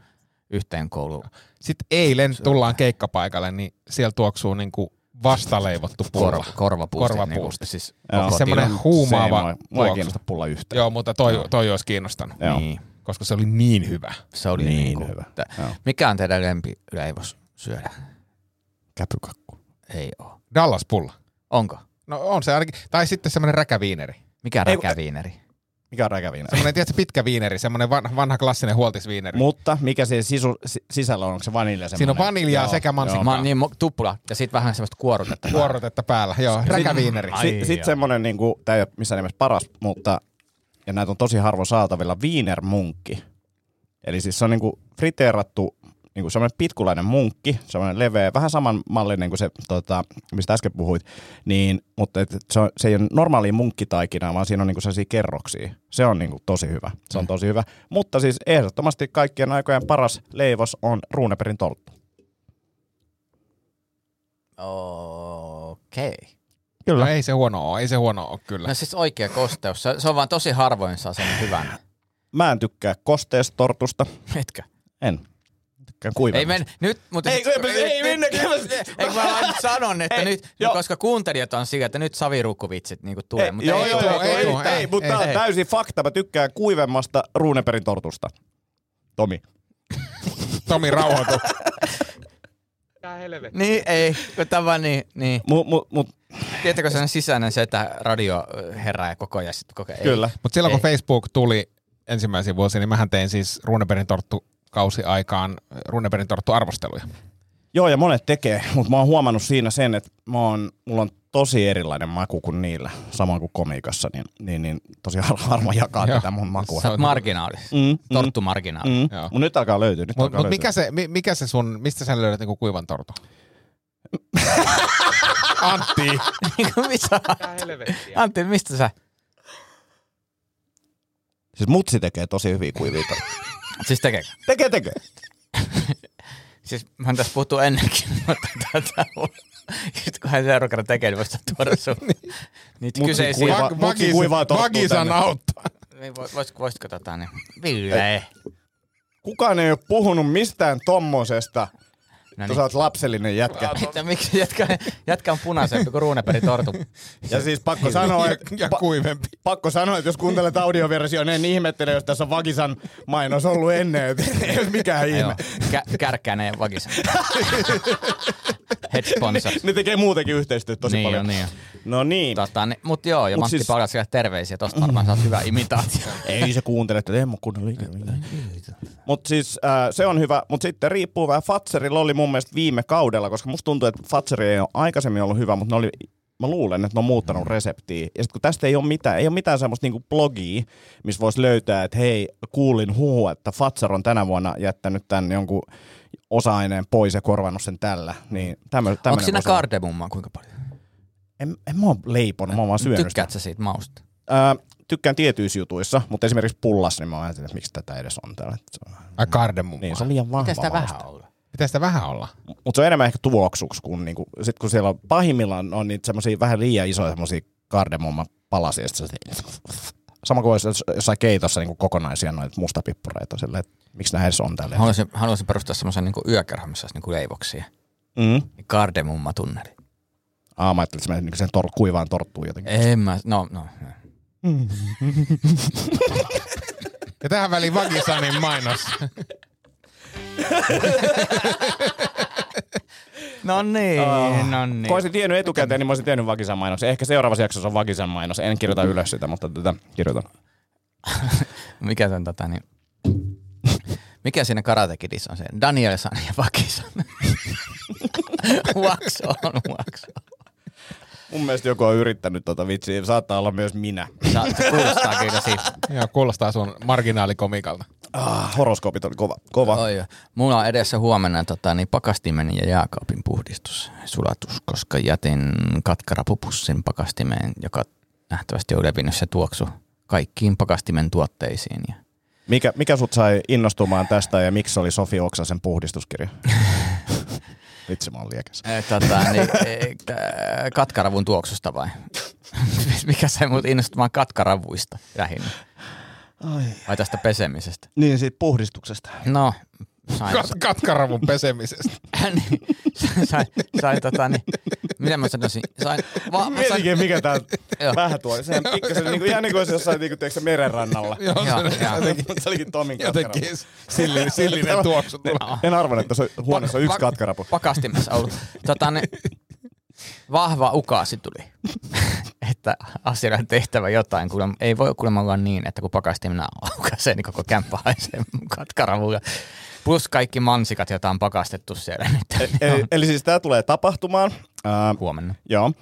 Speaker 5: yhteen kouluun.
Speaker 4: Sitten eilen tullaan keikkapaikalle, niin siellä tuoksuu niinku vastaleivottu pulla.
Speaker 5: Korva, korvapuusti.
Speaker 4: Korvapuusti.
Speaker 5: Niinku, siis
Speaker 6: Joo.
Speaker 5: koko
Speaker 4: Semmoinen huumaava
Speaker 6: Mua ei
Speaker 4: tuoksu.
Speaker 6: kiinnosta pulla yhtään.
Speaker 4: Joo, mutta toi, toi olisi kiinnostanut,
Speaker 5: tila.
Speaker 6: Joo.
Speaker 5: Niin.
Speaker 4: koska se oli niin hyvä.
Speaker 5: Se oli
Speaker 6: Niin
Speaker 5: niin, niinku,
Speaker 6: hyvä.
Speaker 5: hyvä.
Speaker 6: Joo.
Speaker 5: mikä on teidän lempileivos syödä?
Speaker 6: Käpykakku.
Speaker 5: Ei oo.
Speaker 4: Dallas pulla.
Speaker 5: Onko?
Speaker 4: No on se ainakin. Tai sitten semmoinen räkäviineri.
Speaker 5: Mikä
Speaker 6: Ei,
Speaker 5: räkäviineri?
Speaker 6: Mikä on räkäviinä?
Speaker 4: Semmoinen, tiedätkö, pitkä viineri, semmoinen vanha, vanha klassinen huoltisviineri.
Speaker 6: Mutta mikä siinä sisu, si- sisällä on? Onko se vanilja semmoinen?
Speaker 4: Siinä on vaniljaa sekä mansikkaa.
Speaker 5: Mä oon niin mo- tupla ja sit vähän semmoista kuorutetta.
Speaker 4: Kuorotetta päällä, joo. Räkäviineri.
Speaker 6: Si- Sitten semmoinen, niin kuin, tämä ei ole missään nimessä paras, mutta, ja näitä on tosi harvoin saatavilla, viinermunkki. Eli siis se on niin kuin friteerattu niin kuin semmoinen pitkulainen munkki, semmoinen leveä, vähän samanmallinen kuin se, tota, mistä äsken puhuit, niin, mutta et, se, on, se ei ole normaali munkkitaikinaa, vaan siinä on niin kuin sellaisia kerroksia. Se on niin kuin tosi hyvä, se on tosi hyvä. Mutta siis ehdottomasti kaikkien aikojen paras leivos on ruuneperin tolttu.
Speaker 5: Okei. Okay.
Speaker 4: Kyllä. No ei se huono ole, ei se huono ole kyllä.
Speaker 5: No siis oikea kosteus. Se, se on vaan tosi harvoin saa sen hyvän.
Speaker 6: Mä en tykkää kosteestortusta,
Speaker 5: Etkö?
Speaker 6: en. Tykkään kuivemmasta.
Speaker 5: Ei men, nyt, mutta... siis-
Speaker 6: Ei, kun- ei mennäkään.
Speaker 5: Eikö mä vaan sanon, että
Speaker 6: Ei,
Speaker 5: nyt,
Speaker 6: joo.
Speaker 5: koska kuuntelijat on sillä, että nyt savirukkuvitsit niinku tulee, mutta
Speaker 6: joo,
Speaker 5: ei,
Speaker 6: joo,
Speaker 5: tule.
Speaker 6: joo, ei,
Speaker 4: tule,
Speaker 6: ei,
Speaker 4: ei,
Speaker 6: mutta
Speaker 4: ei,
Speaker 6: tää on
Speaker 5: ei.
Speaker 6: täysin fakta. Mä tykkään kuivemmasta ruuneperin tortusta. Tomi.
Speaker 4: Tomi rauhoitu.
Speaker 5: Niin, ei, kun tämä vaan niin, niin.
Speaker 6: Mu, mu, mu,
Speaker 5: Tiedätkö sen sisäinen se, että radio herää koko ajan sitten koko ajan.
Speaker 6: kyllä.
Speaker 4: Mutta silloin kun
Speaker 5: Ei.
Speaker 4: Facebook tuli ensimmäisiä vuosia, niin mähän tein siis Runeberin torttu kausi aikaan eh, Runeberin torttu arvosteluja.
Speaker 6: Joo, ja monet tekee, mutta mä oon huomannut siinä sen, että mä oon, mulla on tosi erilainen maku kuin niillä, samoin kuin komiikassa, niin, niin, niin tosi har- harva jakaa
Speaker 4: Joo.
Speaker 6: tätä mun makua.
Speaker 5: Sä oot marginaalis.
Speaker 6: Mm,
Speaker 5: Torttu marginaali.
Speaker 6: Mm.
Speaker 4: Joo.
Speaker 6: Mut nyt alkaa löytyä. Nyt
Speaker 4: Mutta
Speaker 6: alkaa
Speaker 4: mut
Speaker 6: löytyä.
Speaker 4: mikä, se, mi- mikä se sun, mistä sä löydät niinku kuivan tortun? Antti!
Speaker 5: Niinku mitä? Antti, mistä sä?
Speaker 6: Siis mutsi tekee tosi hyviä kuivia torttuja.
Speaker 5: Siis tekeekö?
Speaker 6: Tekee, tekee.
Speaker 5: Siis mä oon tässä puhuttu ennenkin, mutta tätä on. Sitten kun hän seuraavan kerran tekee, niin voisi tuoda sun niitä
Speaker 6: Mutsi
Speaker 5: kyseisiä.
Speaker 6: kuiva-
Speaker 4: Vag-
Speaker 6: mutsi kuivaa
Speaker 4: Vagis-
Speaker 6: torttua
Speaker 4: Vagisan
Speaker 6: tänne.
Speaker 4: auttaa.
Speaker 5: Niin, vois- vois- voisitko tota niin? Ville.
Speaker 6: Kukaan ei ole puhunut mistään tommosesta.
Speaker 5: No
Speaker 6: Kun
Speaker 5: niin.
Speaker 6: sä oot lapsellinen jätkä.
Speaker 5: Mitä, miksi jätkä, jätkä on punaisempi kuin ruuneperi tortu?
Speaker 6: Ja siis pakko sanoa,
Speaker 4: Ja,
Speaker 6: että
Speaker 4: ja
Speaker 6: pa-
Speaker 4: kuivempi.
Speaker 6: pakko sanoa, että jos kuuntelet audioversion, en ihmettele, jos tässä on Vagisan mainos ollut ennen. Et Ei ole mikään
Speaker 5: Ei oo.
Speaker 6: ihme.
Speaker 5: Kä- kärkkäinen vakis. Head sponsor.
Speaker 6: Ne tekee muutenkin yhteistyötä tosi
Speaker 5: Niin
Speaker 6: paljon.
Speaker 5: on, niin on.
Speaker 6: No niin.
Speaker 5: Tota, niin, mut joo, ja
Speaker 6: Mut
Speaker 5: mut Matti
Speaker 6: siis-
Speaker 5: siis... Mm. Palkatsille terveisiä, tosta varmaan saat hyvä imitaatio.
Speaker 6: Ei se kuuntele, että ei mun kunnolla ikinä. Mutta siis äh, se on hyvä, mutta sitten riippuu vähän. Fatserilla oli mun mielestä viime kaudella, koska musta tuntuu, että Fatseri ei ole aikaisemmin ollut hyvä, mutta ne oli, mä luulen, että ne on muuttanut reseptiä. Ja sitten kun tästä ei ole mitään, ei ole mitään semmoista niinku blogia, missä voisi löytää, että hei, kuulin huhu, että Fatser on tänä vuonna jättänyt tämän jonkun osa-aineen pois ja korvannut sen tällä. Niin tämmö,
Speaker 5: Onko siinä kardemummaa kuinka paljon?
Speaker 6: En, en mä oon leiponut, mä oon vaan syönyt sitä.
Speaker 5: Tykkäät sä siitä mausta?
Speaker 6: Ää, tykkään tietyissä jutuissa, mutta esimerkiksi pullassa, niin mä oon ajatellut, että miksi tätä edes on täällä. Se on-
Speaker 4: Ai kardemumma.
Speaker 6: Niin, se on liian vahva
Speaker 5: Miten sitä
Speaker 6: mauste.
Speaker 5: vähän olla?
Speaker 4: Pitää sitä vähän olla.
Speaker 6: Mutta se on enemmän ehkä tuoksuksi, kun, niinku, sit kun siellä on pahimmillaan on niitä semmoisia vähän liian isoja semmoisia kardemumman palasia. Sit se, sama kuin olisi jossain keitossa niinku kokonaisia noita mustapippureita. Sille, että miksi nämä edes on täällä.
Speaker 5: Haluaisin, haluaisin perustaa semmoisen niin yökerhon, missä olisi niin leivoksia.
Speaker 6: Mm.
Speaker 5: Niin Kardemumma tunneli.
Speaker 6: Aa, mä ajattelin, että se menee niinku sen tor- kuivaan torttuun jotenkin.
Speaker 5: En mä, no, no. no.
Speaker 4: Ja tähän väliin Vagisanin mainos.
Speaker 5: No niin, oh. no niin.
Speaker 6: Kun olisin tiennyt etukäteen, niin mä olisin tiennyt Vakisan mainoksen. Ehkä seuraavassa jaksossa on Vakisan mainos. En kirjoita ylös sitä, mutta tätä kirjoitan.
Speaker 5: Mikä sen tota niin... Mikä siinä Karate Kidissä on se? Daniel San ja Vakisan. Wakso on Wakso.
Speaker 6: Mun mielestä joku on yrittänyt tota vitsiä. Saattaa olla myös minä.
Speaker 5: Sä- No, Se kuulostaa kyllä siitä.
Speaker 4: Joo, kuulostaa sun marginaalikomikalta.
Speaker 6: Ah, horoskoopit oli kova. kova.
Speaker 5: Oi, joo. mulla on edessä huomenna tota, niin pakastimeni ja jääkaapin puhdistus, sulatus, koska jätin katkarapupussin pakastimeen, joka nähtävästi on levinnyt se tuoksu kaikkiin pakastimen tuotteisiin. Ja
Speaker 6: Mikä, mikä sut sai innostumaan tästä ja miksi se oli Sofi Oksasen puhdistuskirja? Vitsi, mä oon liekäs.
Speaker 5: Eh, Tota, niin, eh, k- katkaravun tuoksusta vai? Mikä se mut innostuu vaan katkaravuista lähinnä?
Speaker 6: Ai.
Speaker 5: Vai tästä pesemisestä?
Speaker 6: Niin, siitä puhdistuksesta.
Speaker 5: No, sain,
Speaker 4: Kat- katkaravun pesemisestä.
Speaker 5: niin, sain, sain, sain tota, niin, mitä mä sanoisin, sain, va, mä sain,
Speaker 6: Mietikin, mikä tää
Speaker 5: Joo.
Speaker 6: vähän tuo. Sehän pikkasen, niinku, ihan niin kuin olisi jossain niinku, tiedätkö, merenrannalla.
Speaker 5: Joo, joo.
Speaker 6: se olikin Tomin katkarapu.
Speaker 4: Jotenkin sillinen, sillinen tuoksu tulee.
Speaker 6: En arvan, että se huoneessa on yksi
Speaker 5: Pak-
Speaker 6: katkarapu.
Speaker 5: Pakastimessa ollut. Tota, niin, vahva ukaasi tuli, että asialle on tehtävä jotain. Kuulemma, ei voi kuulemma olla niin, että kun pakastimena aukaisee, niin koko kämppä haisee katkaravuja. Plus kaikki mansikat, joita on pakastettu siellä niin nyt.
Speaker 6: Eli, eli siis tää tulee tapahtumaan. Ää,
Speaker 5: Huomenna.
Speaker 6: joo.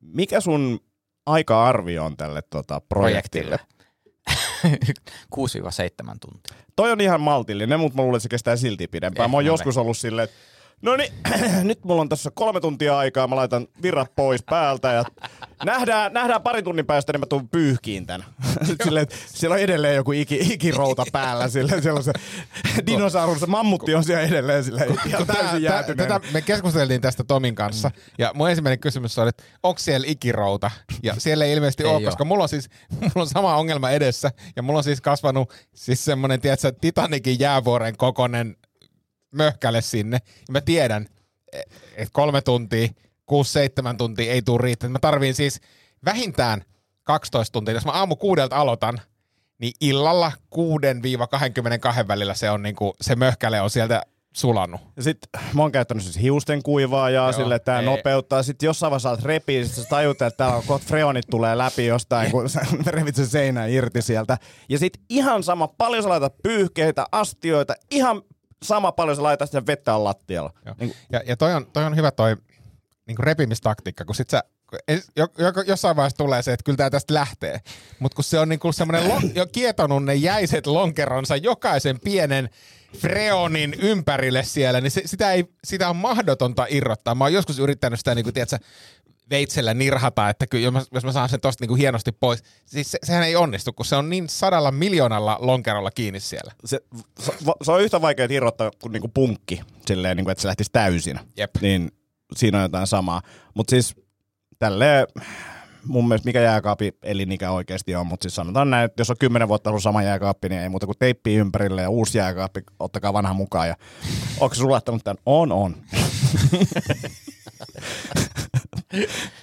Speaker 6: Mikä sun aika-arvio on tälle tota, projektille?
Speaker 5: Projektille. 6-7 tuntia.
Speaker 6: Toi on ihan maltillinen, mutta mä luulen, että se kestää silti pidempään.
Speaker 5: Eh,
Speaker 6: mä oon
Speaker 5: mä
Speaker 6: joskus
Speaker 4: niin.
Speaker 6: ollut silleen, että no niin, nyt mulla on tässä kolme tuntia aikaa, mä laitan virrat pois päältä ja nähdään, nähdään pari tunnin päästä, niin mä tuun pyyhkiin tän. Sitten silleen, että siellä on edelleen joku iki, ikirouta päällä, silleen, siellä on se dinosaurus, se mammutti on siellä edelleen silleen, ihan täysin
Speaker 4: Tää, tää,
Speaker 6: jäätyneenä.
Speaker 4: tätä me keskusteltiin tästä Tomin kanssa,
Speaker 5: Mm.
Speaker 4: ja mun ensimmäinen kysymys oli, että onko siellä ikirouta? Ja siellä ei ilmeisesti
Speaker 5: Ei
Speaker 4: ole,
Speaker 5: oo.
Speaker 4: koska mulla on siis mulla on sama ongelma edessä, ja mulla on siis kasvanut siis semmonen, tiedätkö, Titanikin jäävuoren kokonen möhkäle sinne. Ja mä tiedän, että kolme tuntia, kuusi, seitsemän tuntia ei tule riittämään. Mä tarviin siis vähintään 12 tuntia. Jos mä aamu kuudelta aloitan, niin illalla 6-22 välillä se on niinku, se möhkäle on sieltä sulanut.
Speaker 6: Sitten mä oon käyttänyt siis hiusten kuivaajaa Joo, sille, että tää
Speaker 5: ei.
Speaker 6: nopeuttaa. Sitten jossain vaiheessa saat repiä, sit sä tajut, että täällä on kohta freonit tulee läpi jostain, kun sä revit sen seinän irti sieltä. Ja sit ihan sama, paljon sä laitat pyyhkeitä, astioita, ihan sama paljon sä laitat sitä vettä on lattialla.
Speaker 4: Joo.
Speaker 6: Niin,
Speaker 4: Ja, ja toi, on, toi on hyvä toi niin repimistaktiikka, kun sit sä, kun ei- jo, jo, jossain vaiheessa tulee se, että kyllä tää tästä lähtee. Mutta kun se on niin kuin semmoinen lon, jo kietonut ne jäiset lonkeronsa jokaisen pienen freonin ympärille siellä, niin se, sitä, ei, sitä on mahdotonta irrottaa. Mä oon joskus yrittänyt sitä, niin kuin, tiedätkö, veitsellä nirhata, että kyllä, jos mä, jos mä saan sen tosta niin kuin hienosti pois. Siis se, sehän ei onnistu, kun se on niin sadalla miljoonalla lonkerolla kiinni siellä.
Speaker 6: se, se, se, on yhtä vaikea irrottaa kuin niinku punkki, silleen, niinku, että se lähtisi täysin.
Speaker 4: Jep.
Speaker 6: Niin siinä on jotain samaa. Mutta siis tälleen mun mielestä mikä jääkaapi elinikä oikeasti on, mutta siis sanotaan näin, että jos on kymmenen vuotta ollut sama jääkaappi, niin ei muuta kuin teippi ympärille ja uusi jääkaappi, ottakaa vanha mukaan. Ja onko se sulattanut tämän? On, on.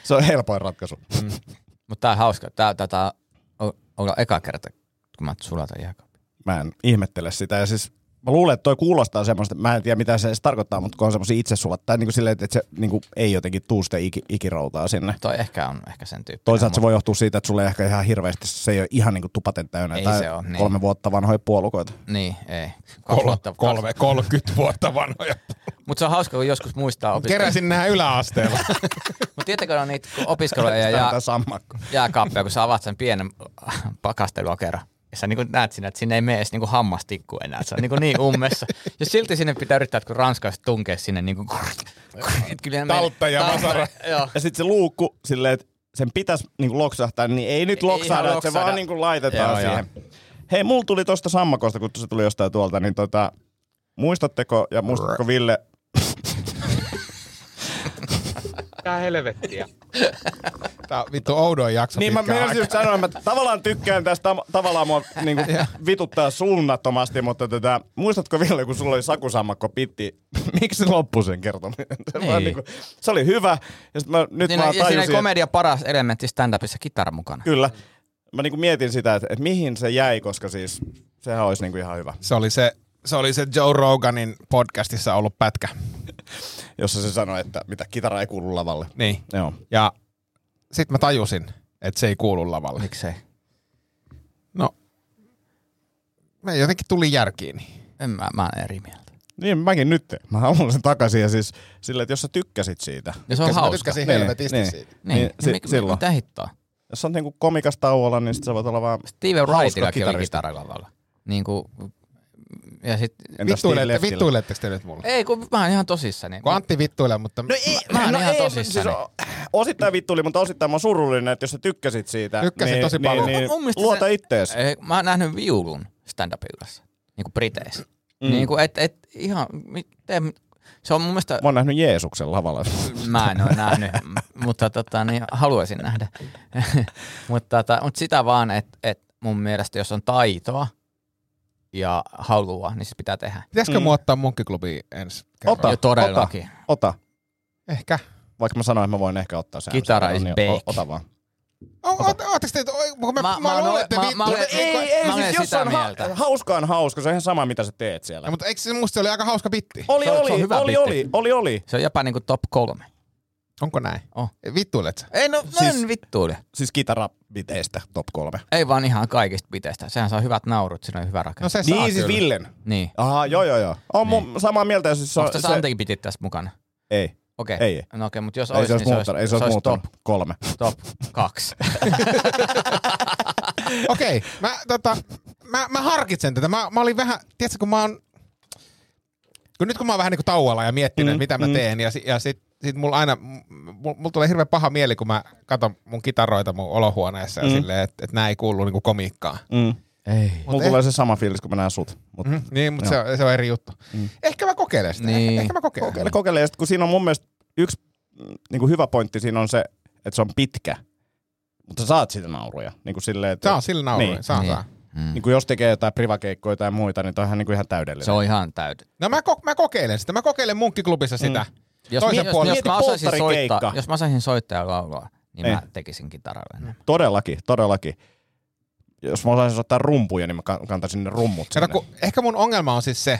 Speaker 6: se on helpoin ratkaisu.
Speaker 5: Mutta tää on hauska. Tää, tää, tää on olla eka kerta, kun mä sulatan jääkaapin.
Speaker 6: Mä en ihmettele sitä. Ja siis mä luulen, että toi kuulostaa semmoista, mä en tiedä mitä se edes tarkoittaa, mutta kun on semmoisia itsesulat, tai niin kuin silleen, että se niin kuin ei jotenkin tuu sitä iki, ikiroutaa sinne.
Speaker 5: Toi ehkä on ehkä sen tyyppi.
Speaker 6: Toisaalta se voi johtua siitä, että sulle ehkä ihan hirveästi, se ei ole ihan niin kuin tupaten täynnä.
Speaker 5: Ei
Speaker 6: tai
Speaker 5: se oo, niin.
Speaker 6: Kolme vuotta vanhoja puolukoita.
Speaker 5: Niin, ei. Kaksi
Speaker 4: Kol-
Speaker 5: vuotta-
Speaker 4: kolme, 30 vuotta vanhoja.
Speaker 5: Mutta se on hauska, kun joskus muistaa opiskella.
Speaker 4: Keräsin nämä yläasteella.
Speaker 5: Mutta tietäkö on niitä kun opiskeluja ja
Speaker 6: Tää on
Speaker 5: jää,
Speaker 6: tää sammakko.
Speaker 5: jääkaappeja, kun sä avaat sen pienen pakastelua ja sä niin näet sinne, että sinne ei mene edes niin hammastikku enää. Se on niin, niin ummessa. Ja silti sinne pitää yrittää, että kun ranskalaiset tunkee sinne niin kuin... Kyllä ne menee-
Speaker 4: Taltta ja vasara.
Speaker 5: Joo.
Speaker 6: Ja sitten se luukku silleen, että sen pitäisi niin kuin loksahtaa, niin ei nyt
Speaker 5: Ei
Speaker 6: loksahda,
Speaker 5: ihan
Speaker 6: että se
Speaker 5: loksahda.
Speaker 6: vaan niin kuin laitetaan
Speaker 5: Joo,
Speaker 6: joo, siihen. Hei, mulla tuli tosta sammakosta, kun se tuli jostain tuolta, niin tota, muistatteko ja muistatko Ville,
Speaker 4: Tää on vittu oudoin jakso
Speaker 6: Niin mä
Speaker 4: pitkään
Speaker 6: meinasin just
Speaker 4: aikaan.
Speaker 6: sanoa, että mä tavallaan tykkään tästä, tam- tavallaan mua niinku vituttaa suunnattomasti, mutta tätä, muistatko Ville, kun sulla oli sakusammakko pitti, miksi se loppui sen kertominen? Se, vaan
Speaker 5: Niin.
Speaker 6: niinku, se oli hyvä, ja sit mä, nyt
Speaker 5: Siinä, Niin, no,
Speaker 6: mä
Speaker 5: ja siinä
Speaker 6: tajusin, että,
Speaker 5: komedia paras elementti stand-upissa kitara mukana.
Speaker 6: kyllä, mä niinku mietin sitä, että, että mihin se jäi, koska siis sehän olisi niinku ihan hyvä,
Speaker 4: Se oli se, se oli se Joe Roganin podcastissa ollut pätkä.
Speaker 6: jossa se sanoi, että mitä kitara ei kuulu lavalle.
Speaker 4: Niin.
Speaker 6: Joo.
Speaker 4: Ja sit mä tajusin, että se ei kuulu lavalle.
Speaker 5: Miksei?
Speaker 4: No, mä jotenkin tuli järkiin.
Speaker 5: En mä, mä olen eri mieltä.
Speaker 6: Niin mäkin nyt, mä haluan sen takaisin ja siis silleen, että jos sä tykkäsit siitä,
Speaker 5: Ja se on
Speaker 4: Mä
Speaker 5: hauska.
Speaker 4: tykkäsin
Speaker 6: Niin,
Speaker 4: helvetisti
Speaker 6: niin.
Speaker 4: siitä.
Speaker 5: Niin,
Speaker 6: Niin,
Speaker 5: niin,
Speaker 6: si-
Speaker 5: niin mik,
Speaker 6: silloin.
Speaker 5: mitä hittoa?
Speaker 6: jos on niinku komikas tauolla, niin sit sä voit olla vaan
Speaker 5: Steven
Speaker 6: Hauska
Speaker 5: Wrightillakin oli
Speaker 6: kitaristi.
Speaker 5: kitaralavalla. Niin kuin, ja sit,
Speaker 6: Entäs
Speaker 4: Vittuilette,
Speaker 6: Steve Leftillä?
Speaker 4: vittuiletteko te nyt mulle?
Speaker 5: ei kun mä oon ihan tosissani.
Speaker 4: Kun Antti vittuilee, mutta
Speaker 6: No ei,
Speaker 5: Mä oon
Speaker 6: no
Speaker 5: ihan
Speaker 6: ei,
Speaker 5: tosissani.
Speaker 6: Siis o- osittain vittuili, mutta osittain mä oon surullinen, että jos sä tykkäsit siitä,
Speaker 4: Tykkäsin
Speaker 6: niin,
Speaker 4: tosi
Speaker 6: niin,
Speaker 4: paljon.
Speaker 6: niin,
Speaker 5: Mun- mun mielestä
Speaker 6: luota
Speaker 5: se-
Speaker 6: ittees.
Speaker 5: Ei, mä oon nähnyt niinku viulun stand up yleensä, niin kuin Briteissä. Mm. Niin kuin, et, et, ihan, mi- tee- se on mun mielestä,
Speaker 6: Mä oon nähnyt Jeesuksen lavalla.
Speaker 5: mä en ole nähnyt, m- mutta tota, niin, haluaisin nähdä. mutta, tota, mutta sitä vaan, että et mun mielestä jos on taitoa ja halua, niin se pitää tehdä.
Speaker 4: Pitäisikö
Speaker 6: Mm.
Speaker 4: mua ottaa munkkiklubiin ensi kerralla?
Speaker 6: Ota,
Speaker 5: Ja todellakin.
Speaker 6: Ota.
Speaker 4: Ehkä.
Speaker 6: Vaikka mä sanoin, että mä voin ehkä ottaa sen.
Speaker 5: Kitara is
Speaker 6: Niin, o-
Speaker 5: back.
Speaker 6: Ota vaan.
Speaker 4: O- ota- Ootteko te, oi, kun mä, mä, mä
Speaker 5: olen-
Speaker 4: luulen, että
Speaker 5: mä-
Speaker 4: vittu.
Speaker 5: mä olen-
Speaker 4: ei,
Speaker 5: ei,
Speaker 6: siis
Speaker 5: ei, mä olen sitä mieltä.
Speaker 6: hauska on hauska, se on ihan sama mitä sä teet siellä.
Speaker 4: ei, mutta eikö se musta se oli aika hauska bitti?
Speaker 6: Oli,
Speaker 5: Se on- se
Speaker 6: oli,
Speaker 5: on hyvä
Speaker 6: oli,
Speaker 5: bitti.
Speaker 6: oli, oli, oli.
Speaker 5: Se on jopa niinku top kolme.
Speaker 4: Onko näin?
Speaker 5: Oh.
Speaker 4: Vittuilet sä? Eh,
Speaker 5: Ei no, siis... en vittuile.
Speaker 6: Siis kitarabiteistä top kolme.
Speaker 5: Ei vaan ihan kaikista biteistä. Sehän saa hyvät naurut, siinä on hyvä rakenne.
Speaker 4: No se saa
Speaker 6: Niin siis
Speaker 4: kyllä.
Speaker 6: Villen.
Speaker 5: Niin.
Speaker 6: Aha, joo joo joo. On mun samaa mieltä. Siis se,
Speaker 5: Onko tässä Anteekin bitit tässä mukana?
Speaker 6: Ei,
Speaker 5: Okei.
Speaker 6: Ei, ei.
Speaker 5: No okei, mutta jos
Speaker 6: ei
Speaker 5: olisi,
Speaker 6: se olisi
Speaker 5: niin
Speaker 6: muuttanut. Ei se olisi
Speaker 5: olisi top,
Speaker 6: muuttanut. Kolme.
Speaker 5: top kaksi.
Speaker 4: Okei, mä, tota, mä, mä harkitsen tätä. Mä, mä olin vähän, tiedätkö, kun mä oon, kun nyt kun mä oon vähän niinku tauolla ja miettinyt, mm, mitä mä teen, ja, si- ja sit, sit mulla aina, mulla, mulla tulee hirveän paha mieli, kun mä katon mun kitaroita mun olohuoneessa ja silleen, että et nää ei kuulu niinku komiikkaan.
Speaker 6: Mm.
Speaker 5: Ei.
Speaker 6: Mulla
Speaker 4: ei-
Speaker 6: tulee se sama fiilis, kun mä näen sut. Mut
Speaker 4: Mm, niin, mutta se, on- se on eri juttu. Mm. Ehkä mä kokeilen sitä.
Speaker 5: Niin.
Speaker 4: Niin. Ehkä mä kokeilen.
Speaker 6: Kokeile, kokeile. Ja sit, kun siinä on mun mielestä yksi niin kuin hyvä pointti siinä on se, että se on pitkä. Mutta sä saat siitä nauruja. Niin kuin silleen, että,
Speaker 4: Saa sillä nauruja. Niin.
Speaker 6: Niin.
Speaker 4: Saa, niin.
Speaker 5: Niin.
Speaker 4: saa.
Speaker 6: Niin kuin jos tekee jotain privakeikkoja tai muita, niin toi on ihan, niin kuin ihan täydellinen.
Speaker 5: Se on ihan täydet.
Speaker 4: No mä, ko- mä kokeilen sitä. Mä kokeilen munkkiklubissa sitä. Mm.
Speaker 5: Jos,
Speaker 4: Toisen
Speaker 5: jos,
Speaker 4: puolen-
Speaker 5: jos, mä osaisin
Speaker 6: polttarikeikka.
Speaker 5: soittaa, jos mä osaisin soittaa ja laulaa, niin
Speaker 6: Ei.
Speaker 5: mä tekisin kitaralle. Mm.
Speaker 6: Todellakin, todellakin. Jos mä osaisin ottaa rumpuja, niin mä kan- kantaisin ne rummut
Speaker 4: Kato,
Speaker 6: sinne.
Speaker 4: kun, ehkä mun ongelma on siis se,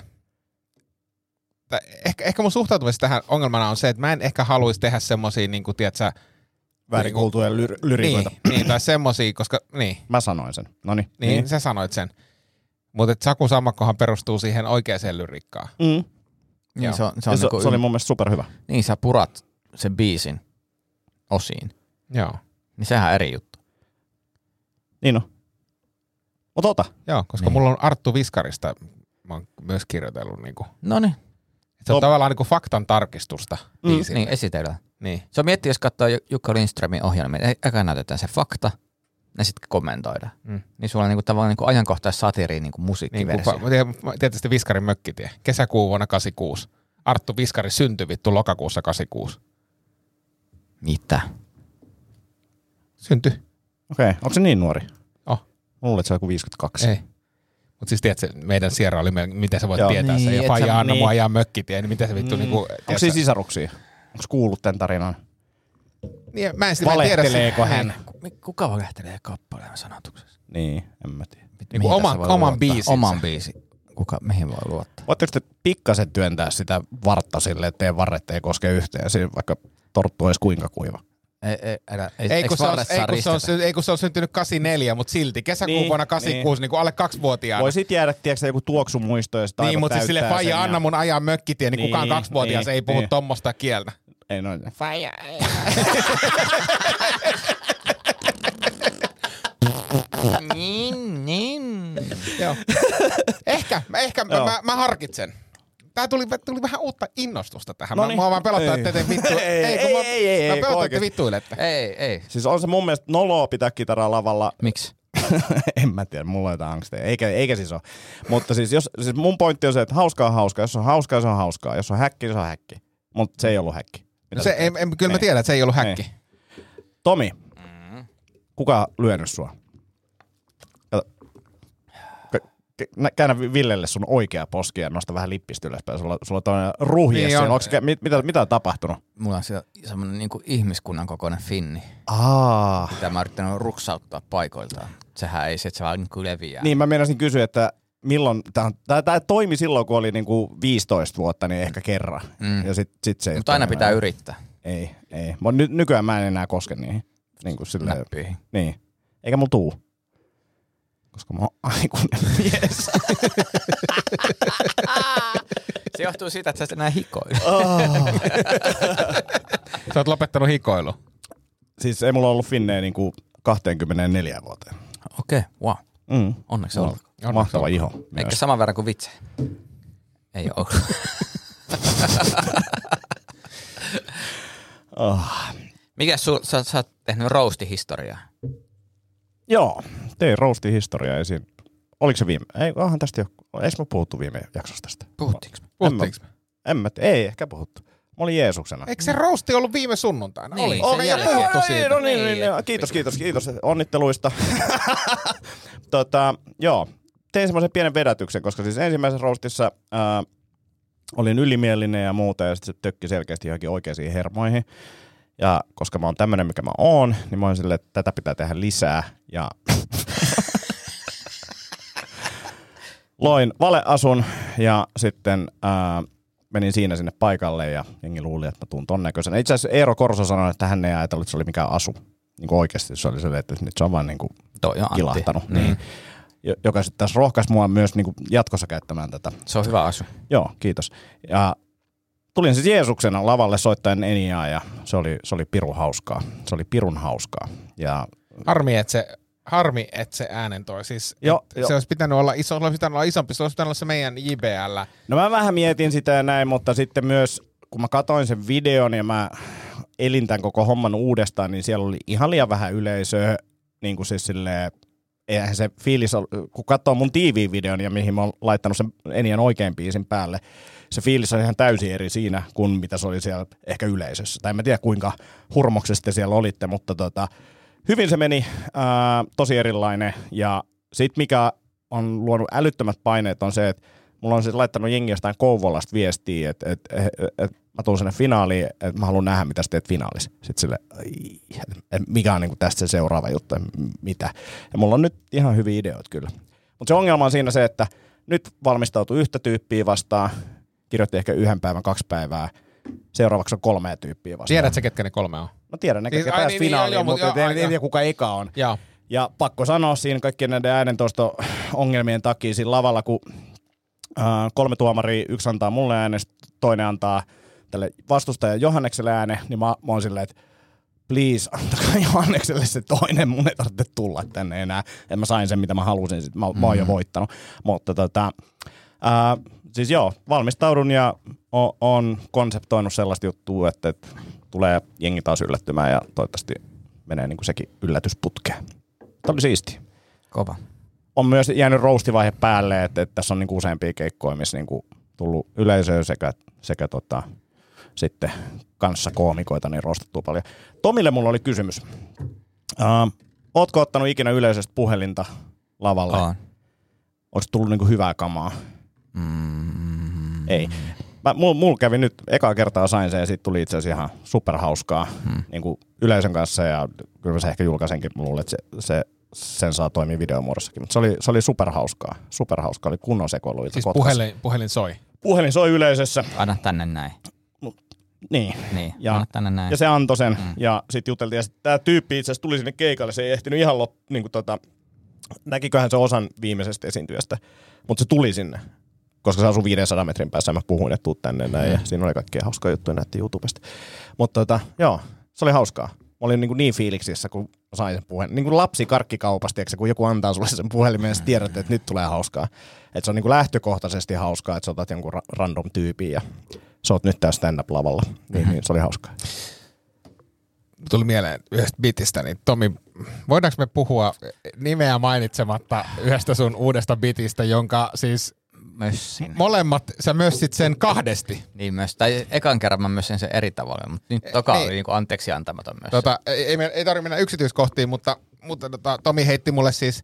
Speaker 4: tai ehkä, ehkä mun suhtautumisessa tähän ongelmana on se, että mä en ehkä haluaisi tehdä semmosia, niin kuin, tiedätkö,
Speaker 6: Väärinkuultuja lyr-
Speaker 4: niin,
Speaker 6: lyrikoita.
Speaker 4: niin, tai semmosia, koska, niin,
Speaker 6: Mä sanoin sen. No niin.
Speaker 4: niin, niin. sä sanoit sen. Mutta Saku Sammakkohan perustuu siihen oikeaan lyrikkaan.
Speaker 6: Mm.
Speaker 5: Niin, se, on, se,
Speaker 6: Se,
Speaker 5: on
Speaker 6: se,
Speaker 5: niinku
Speaker 6: se, oli
Speaker 5: yl-
Speaker 6: mun mielestä superhyvä.
Speaker 5: niin sä purat sen biisin osiin.
Speaker 4: Joo.
Speaker 5: Niin sehän on eri juttu.
Speaker 6: Niin on. Mut ota.
Speaker 4: Joo, koska niin.
Speaker 5: Niin.
Speaker 4: mulla on Arttu Viskarista, mä oon myös kirjoitellut, niin kuin,
Speaker 5: No niin,
Speaker 4: se on
Speaker 6: Top.
Speaker 4: tavallaan niin kuin faktan tarkistusta. Mm.
Speaker 5: niin esitellään.
Speaker 4: niin.
Speaker 5: Se on miettiä, jos katsoo Ju- Jukka Lindströmin ohjelmia, niin eka näytetään se fakta ja sitten kommentoidaan.
Speaker 4: Mm.
Speaker 5: Mm. Niin sulla on niinku tavallaan niinku ajankohtais satiri niinku
Speaker 4: Niin kuin,
Speaker 5: musiikkiversio. Niin,
Speaker 4: fa- tietysti Viskarin mökkitie. Kesäkuu vuonna 86. Arttu Viskari syntyi vittu lokakuussa 86.
Speaker 5: Mitä?
Speaker 4: Syntyi.
Speaker 6: Okei, onko se niin nuori?
Speaker 4: Oh.
Speaker 6: Luulet, se on joku 52.
Speaker 4: Ei. Mutta siis tiedätkö, meidän Sierra oli, me- miten sä voit Joo.
Speaker 6: Joo.
Speaker 4: tietää niin, sen,
Speaker 5: Niin,
Speaker 4: ja
Speaker 5: et
Speaker 4: Faija
Speaker 5: sä-
Speaker 4: Anna niin.
Speaker 5: niin.
Speaker 4: mua ajaa mökkitie, niin mitä se vittu mm. niinku,
Speaker 6: Onko
Speaker 4: tiedätkö,
Speaker 6: siinä sisaruksia? Onko kuullut tämän tarinan?
Speaker 4: niin, mä en sitä mä en tiedä. Niin.
Speaker 6: Valehteleeko hän?
Speaker 5: Kuka valehtelee kappaleen sanotuksessa?
Speaker 6: Niin, en mä tiedä.
Speaker 4: Niin kuin oman, oman biisin.
Speaker 5: Niinku Oman biisi. Kuka, mihin voi luottaa?
Speaker 6: Voitteko te pikkasen työntää sitä vartta sille, että teidän varret ei koske yhteen, siinä vaikka torttu olisi kuinka kuiva?
Speaker 5: Ei, ei, älä, ei,
Speaker 4: Ei kun, se on, ei, kun se on,
Speaker 5: se...
Speaker 4: sy- ei kun se on syntynyt 84, mutta silti kesäkuun niin,
Speaker 6: Niin,
Speaker 4: vuonna 86, niin. niin kuin alle kaksivuotiaana.
Speaker 6: Voi sit jäädä, tiedätkö, joku tuoksumuisto ja sitten
Speaker 4: niin, mutta siis sille Faija Anna mun ajaa mökkitie, niin, niin
Speaker 6: Niin,
Speaker 4: kukaan kaksivuotias
Speaker 6: niin,
Speaker 4: ei puhu
Speaker 6: niin.
Speaker 4: tommosta kieltä.
Speaker 6: Ei no niin. noin.
Speaker 4: Faija ei.
Speaker 5: Niin, niin.
Speaker 4: Joo. ehkä, mä, ehkä mä,
Speaker 6: Joo.
Speaker 4: mä, mä harkitsen. Tää tuli, tuli vähän uutta innostusta tähän. Mä,
Speaker 5: No
Speaker 6: Noniin.
Speaker 4: mua
Speaker 5: niin.
Speaker 4: vaan pelottaa,
Speaker 6: Ei.
Speaker 4: että te vittu...
Speaker 6: Ei,
Speaker 4: kun mä,
Speaker 6: ei, ei,
Speaker 4: mä
Speaker 6: ei,
Speaker 4: pelottaa, että
Speaker 6: oikeesti.
Speaker 4: vittuilette.
Speaker 5: Ei, ei.
Speaker 6: Siis on se mun mielestä noloa pitää kitaraa lavalla.
Speaker 5: Miksi?
Speaker 6: en mä tiedä, mulla on jotain angsteja. Eikä, eikä siis ole. Mutta siis, jos, siis mun pointti on se, että hauskaa on hauskaa. Jos on hauskaa, se on hauskaa. Jos on häkki, se on häkki. Mutta se ei ollut häkki. Mitä
Speaker 4: No se,
Speaker 6: sä
Speaker 4: en,
Speaker 6: teet?
Speaker 4: en, kyllä mä
Speaker 6: Ei.
Speaker 4: tiedän, että se ei ollut häkki.
Speaker 6: Ei. Tomi, kuka on lyönyt sua? Kato. Kä- kä- nä- Käännä Vi- Villelle sun oikea poski ja nosta vähän lippistä ylöspäin. Sulla, sulla on tuollainen ruhje
Speaker 4: Niin
Speaker 6: niin
Speaker 4: on.
Speaker 6: Onks, mit, mitä, mitä on tapahtunut?
Speaker 5: Mulla on siellä semmonen niinku ihmiskunnan kokoinen finni,
Speaker 6: Aa.
Speaker 5: mitä mä oon yrittänyt ruksauttaa paikoiltaan. Sehän ei, se, se vaan niinku leviää.
Speaker 6: Niin, mä meinasin kysyä, että milloin, tämä toimi silloin, kun oli niinku 15 vuotta, niin ehkä kerran. Mm. Ja sit, sit se ei
Speaker 5: Mutta aina
Speaker 6: toimi
Speaker 5: pitää
Speaker 6: enää.
Speaker 5: yrittää.
Speaker 6: Ei, ei. Mä ny, nykyään mä en enää koske niihin. Niin kuin silleen,
Speaker 5: Näppyihin.
Speaker 6: Niin. Eikä mulla tuu. Koska mä oon aikuinen mies.
Speaker 5: Se johtuu siitä, että sä et enää hikoilet.
Speaker 4: Sä oot lopettanut hikoilu.
Speaker 6: siis ei mulla ollut finnejä niinku 24 vuoteen.
Speaker 5: Okei, okay, wow.
Speaker 6: Mm.
Speaker 5: Onneksi no. olkoon.
Speaker 6: Mahtava iho.
Speaker 5: Eikö
Speaker 6: Myös.
Speaker 5: saman verran kuin vitse? Ei ole.
Speaker 6: Ah.
Speaker 5: Mikä sul, sä, sä oot tehnyt roastihistoriaa?
Speaker 6: Joo. Tein roasti historiaa esiin. Oliko se viime? Ei, onhan tästä jo. Eikö me puhuttu viime jaksossa tästä?
Speaker 5: Puhuttiinko?
Speaker 6: En mä-
Speaker 4: Puhuttiinko?
Speaker 6: En mä, t- ei ehkä puhuttu. Mä olin Jeesuksena.
Speaker 4: Eikö se rousti ollut viime sunnuntaina?
Speaker 5: Niin,
Speaker 4: Oli.
Speaker 5: se
Speaker 4: Oli ja
Speaker 5: jälkeen.
Speaker 4: puhuttu
Speaker 6: Ei,
Speaker 4: siitä.
Speaker 6: No niin, niin,
Speaker 5: Niin,
Speaker 6: niin. Kiitos, kiitos, kiitos onnitteluista. tota, joo, tein semmoisen pienen vedätyksen, koska siis ensimmäisessä roastissa ää, olin ylimielinen ja muuta, ja sitten se tökki selkeästi johonkin oikeisiin hermoihin. Ja koska mä oon tämmönen, mikä mä oon, niin mä oon silleen, että tätä pitää tehdä lisää. Ja loin valeasun ja sitten ää, menin siinä sinne paikalle ja jengi luuli, että mä tuun ton näköisenä. Itse asiassa Eero Korso sanoi, että hän ei ajatellut, että se oli mikään asu. Niin kuin oikeasti se oli se, että nyt se on vaan niin kuin
Speaker 5: Toi on Antti.
Speaker 6: kilahtanut. Niin. Jo- Joka sitten taas rohkaisi mua myös niin kuin jatkossa käyttämään tätä.
Speaker 5: Se on hyvä asu.
Speaker 6: Joo, kiitos. Ja tulin siis Jeesuksena lavalle soittaen Eniaa ja se oli, se oli pirun hauskaa. Se oli pirun hauskaa. Ja
Speaker 4: Harmi, että se harmi, että se äänen toi. Siis,
Speaker 6: Joo,
Speaker 4: et
Speaker 6: joo.
Speaker 4: se olisi pitänyt olla, iso, olisi pitänyt olla isompi, se olisi pitänyt olla se meidän JBL.
Speaker 6: No mä vähän mietin sitä ja näin, mutta sitten myös kun mä katoin sen videon ja mä elin tämän koko homman uudestaan, niin siellä oli ihan liian vähän yleisöä, niin kuin siis silleen, eihän se fiilis, ol- kun katsoo mun tiiviin videon ja mihin mä oon laittanut sen enien oikein biisin päälle, se fiilis on ihan täysin eri siinä kuin mitä se oli siellä ehkä yleisössä. Tai en mä tiedä kuinka hurmoksessa te siellä olitte, mutta tota, hyvin se meni, ää, tosi erilainen. Ja sit mikä on luonut älyttömät paineet on se, että mulla on siis laittanut jengi jostain Kouvolasta viestiä, että et, et, et, mä tuun sinne finaaliin, että mä haluan nähdä, mitä sä teet finaalissa. Sitten sille, "Ai, et mikä on niinku tästä se seuraava juttu, ja m- mitä. Ja mulla on nyt ihan hyviä ideoita kyllä. Mutta se ongelma on siinä se, että nyt valmistautuu yhtä tyyppiä vastaan, kirjoitti ehkä yhden päivän, kaksi päivää, seuraavaksi on kolmea tyyppiä vastaan.
Speaker 4: Tiedät sä, ketkä ne kolme on?
Speaker 6: Mä tiedän, ne
Speaker 4: Siis-
Speaker 6: ketkä
Speaker 4: ai
Speaker 6: pääsi
Speaker 4: niin, niin,
Speaker 6: finaaliin,
Speaker 4: joo, joo, mut
Speaker 6: mutta
Speaker 4: joo,
Speaker 6: en-
Speaker 4: ai,
Speaker 6: en
Speaker 4: joo.
Speaker 6: tiedä, kuka eka on.
Speaker 4: Joo.
Speaker 6: Ja pakko sanoa siinä kaikkien näiden äänentoisto ongelmien takia siinä lavalla, kun äh, kolme tuomaria, yksi antaa mulle äänen, sit toinen antaa tälle vastustajan Johannekselle äänen, niin mä, mä oon silleen, että please, antakaa Johannekselle se toinen, mun ei tarvitse tulla tänne enää. En mä sain sen, mitä mä halusin, sit mä, mä oon jo voittanut. Mutta tota, ää, siis joo, valmistaudun ja o, on konseptoinut sellaista juttua, että, että tulee jengi taas yllättymään ja toivottavasti menee niin kuin sekin yllätysputkeen. Tämä oli siisti.
Speaker 5: Kova.
Speaker 6: On myös jäänyt roustivaihe päälle, että, että tässä on niin kuin useampia keikkoja, missä niin kuin tullut yleisöä sekä, sekä tota, sitten kanssakoomikoita, niin rostattuu paljon. Tomille mulla oli kysymys. Uh, ootko ottanut ikinä yleisöstä puhelinta lavalle?
Speaker 5: On.
Speaker 6: Onko tullut niinku hyvää kamaa? Mm. Ei. Mä, mul, mul kävi nyt, ekaa kertaa sain sen ja siitä tuli itse asiassa ihan superhauskaa mm. niinku yleisön kanssa ja kyllä mä se ehkä julkaisenkin, mä luulen, että se, se, sen saa toimia videomuodossakin. Mutta se oli, se oli superhauskaa. Superhauskaa, oli kunnon sekoiluita
Speaker 4: Siis
Speaker 6: Kotkassa.
Speaker 4: puhelin, puhelin soi.
Speaker 6: puhelin soi yleisössä.
Speaker 5: Anna tänne näin.
Speaker 6: Niin.
Speaker 5: Niin,
Speaker 6: Ja-
Speaker 5: anna tänne näin.
Speaker 6: Ja se antoi sen. Mm. Ja sitten juteltiin. Ja sit tämä tyyppi itse asiassa tuli sinne keikalle. Se ei ehtinyt ihan lop, niin kuin tota, näkiköhän se osan viimeisestä esiintyjästä. Mutta se tuli sinne. Koska se asui 500 metrin päässä. Mä puhuin, että tuu tänne näin. Ja siinä oli kaikkea hauskaa juttuja näytti YouTubesta. Mutta tota, joo, se oli hauskaa. Mä olin niin, kuin niin fiiliksissä, kun sain sen puheen. Niin kuin lapsi karkkikaupasta, tiedätkö, kun joku antaa sulle sen puhelimen, ja sä tiedät, että nyt tulee hauskaa. Että se on niin kuin lähtökohtaisesti hauskaa, että sä otat jonkun ra- random tyypin ja sä oot nyt tässä stand-up-lavalla. Niin, niin, se oli hauskaa.
Speaker 4: tuli mieleen yhdestä bitistä, niin Tomi, voidaanko me puhua nimeä mainitsematta yhdestä sun uudesta bitistä, jonka siis
Speaker 5: Mössin.
Speaker 4: molemmat, sä mössit sen kahdesti.
Speaker 5: Niin myös, tai ekan kerran mä myös sen sen eri tavalla, mutta nyt toka
Speaker 4: niin.
Speaker 5: oli niinku anteeksi antamaton myös.
Speaker 4: Tota, ei, ei, me- ei tarvitse mennä yksityiskohtiin, mutta, mutta tota, Tomi heitti mulle siis,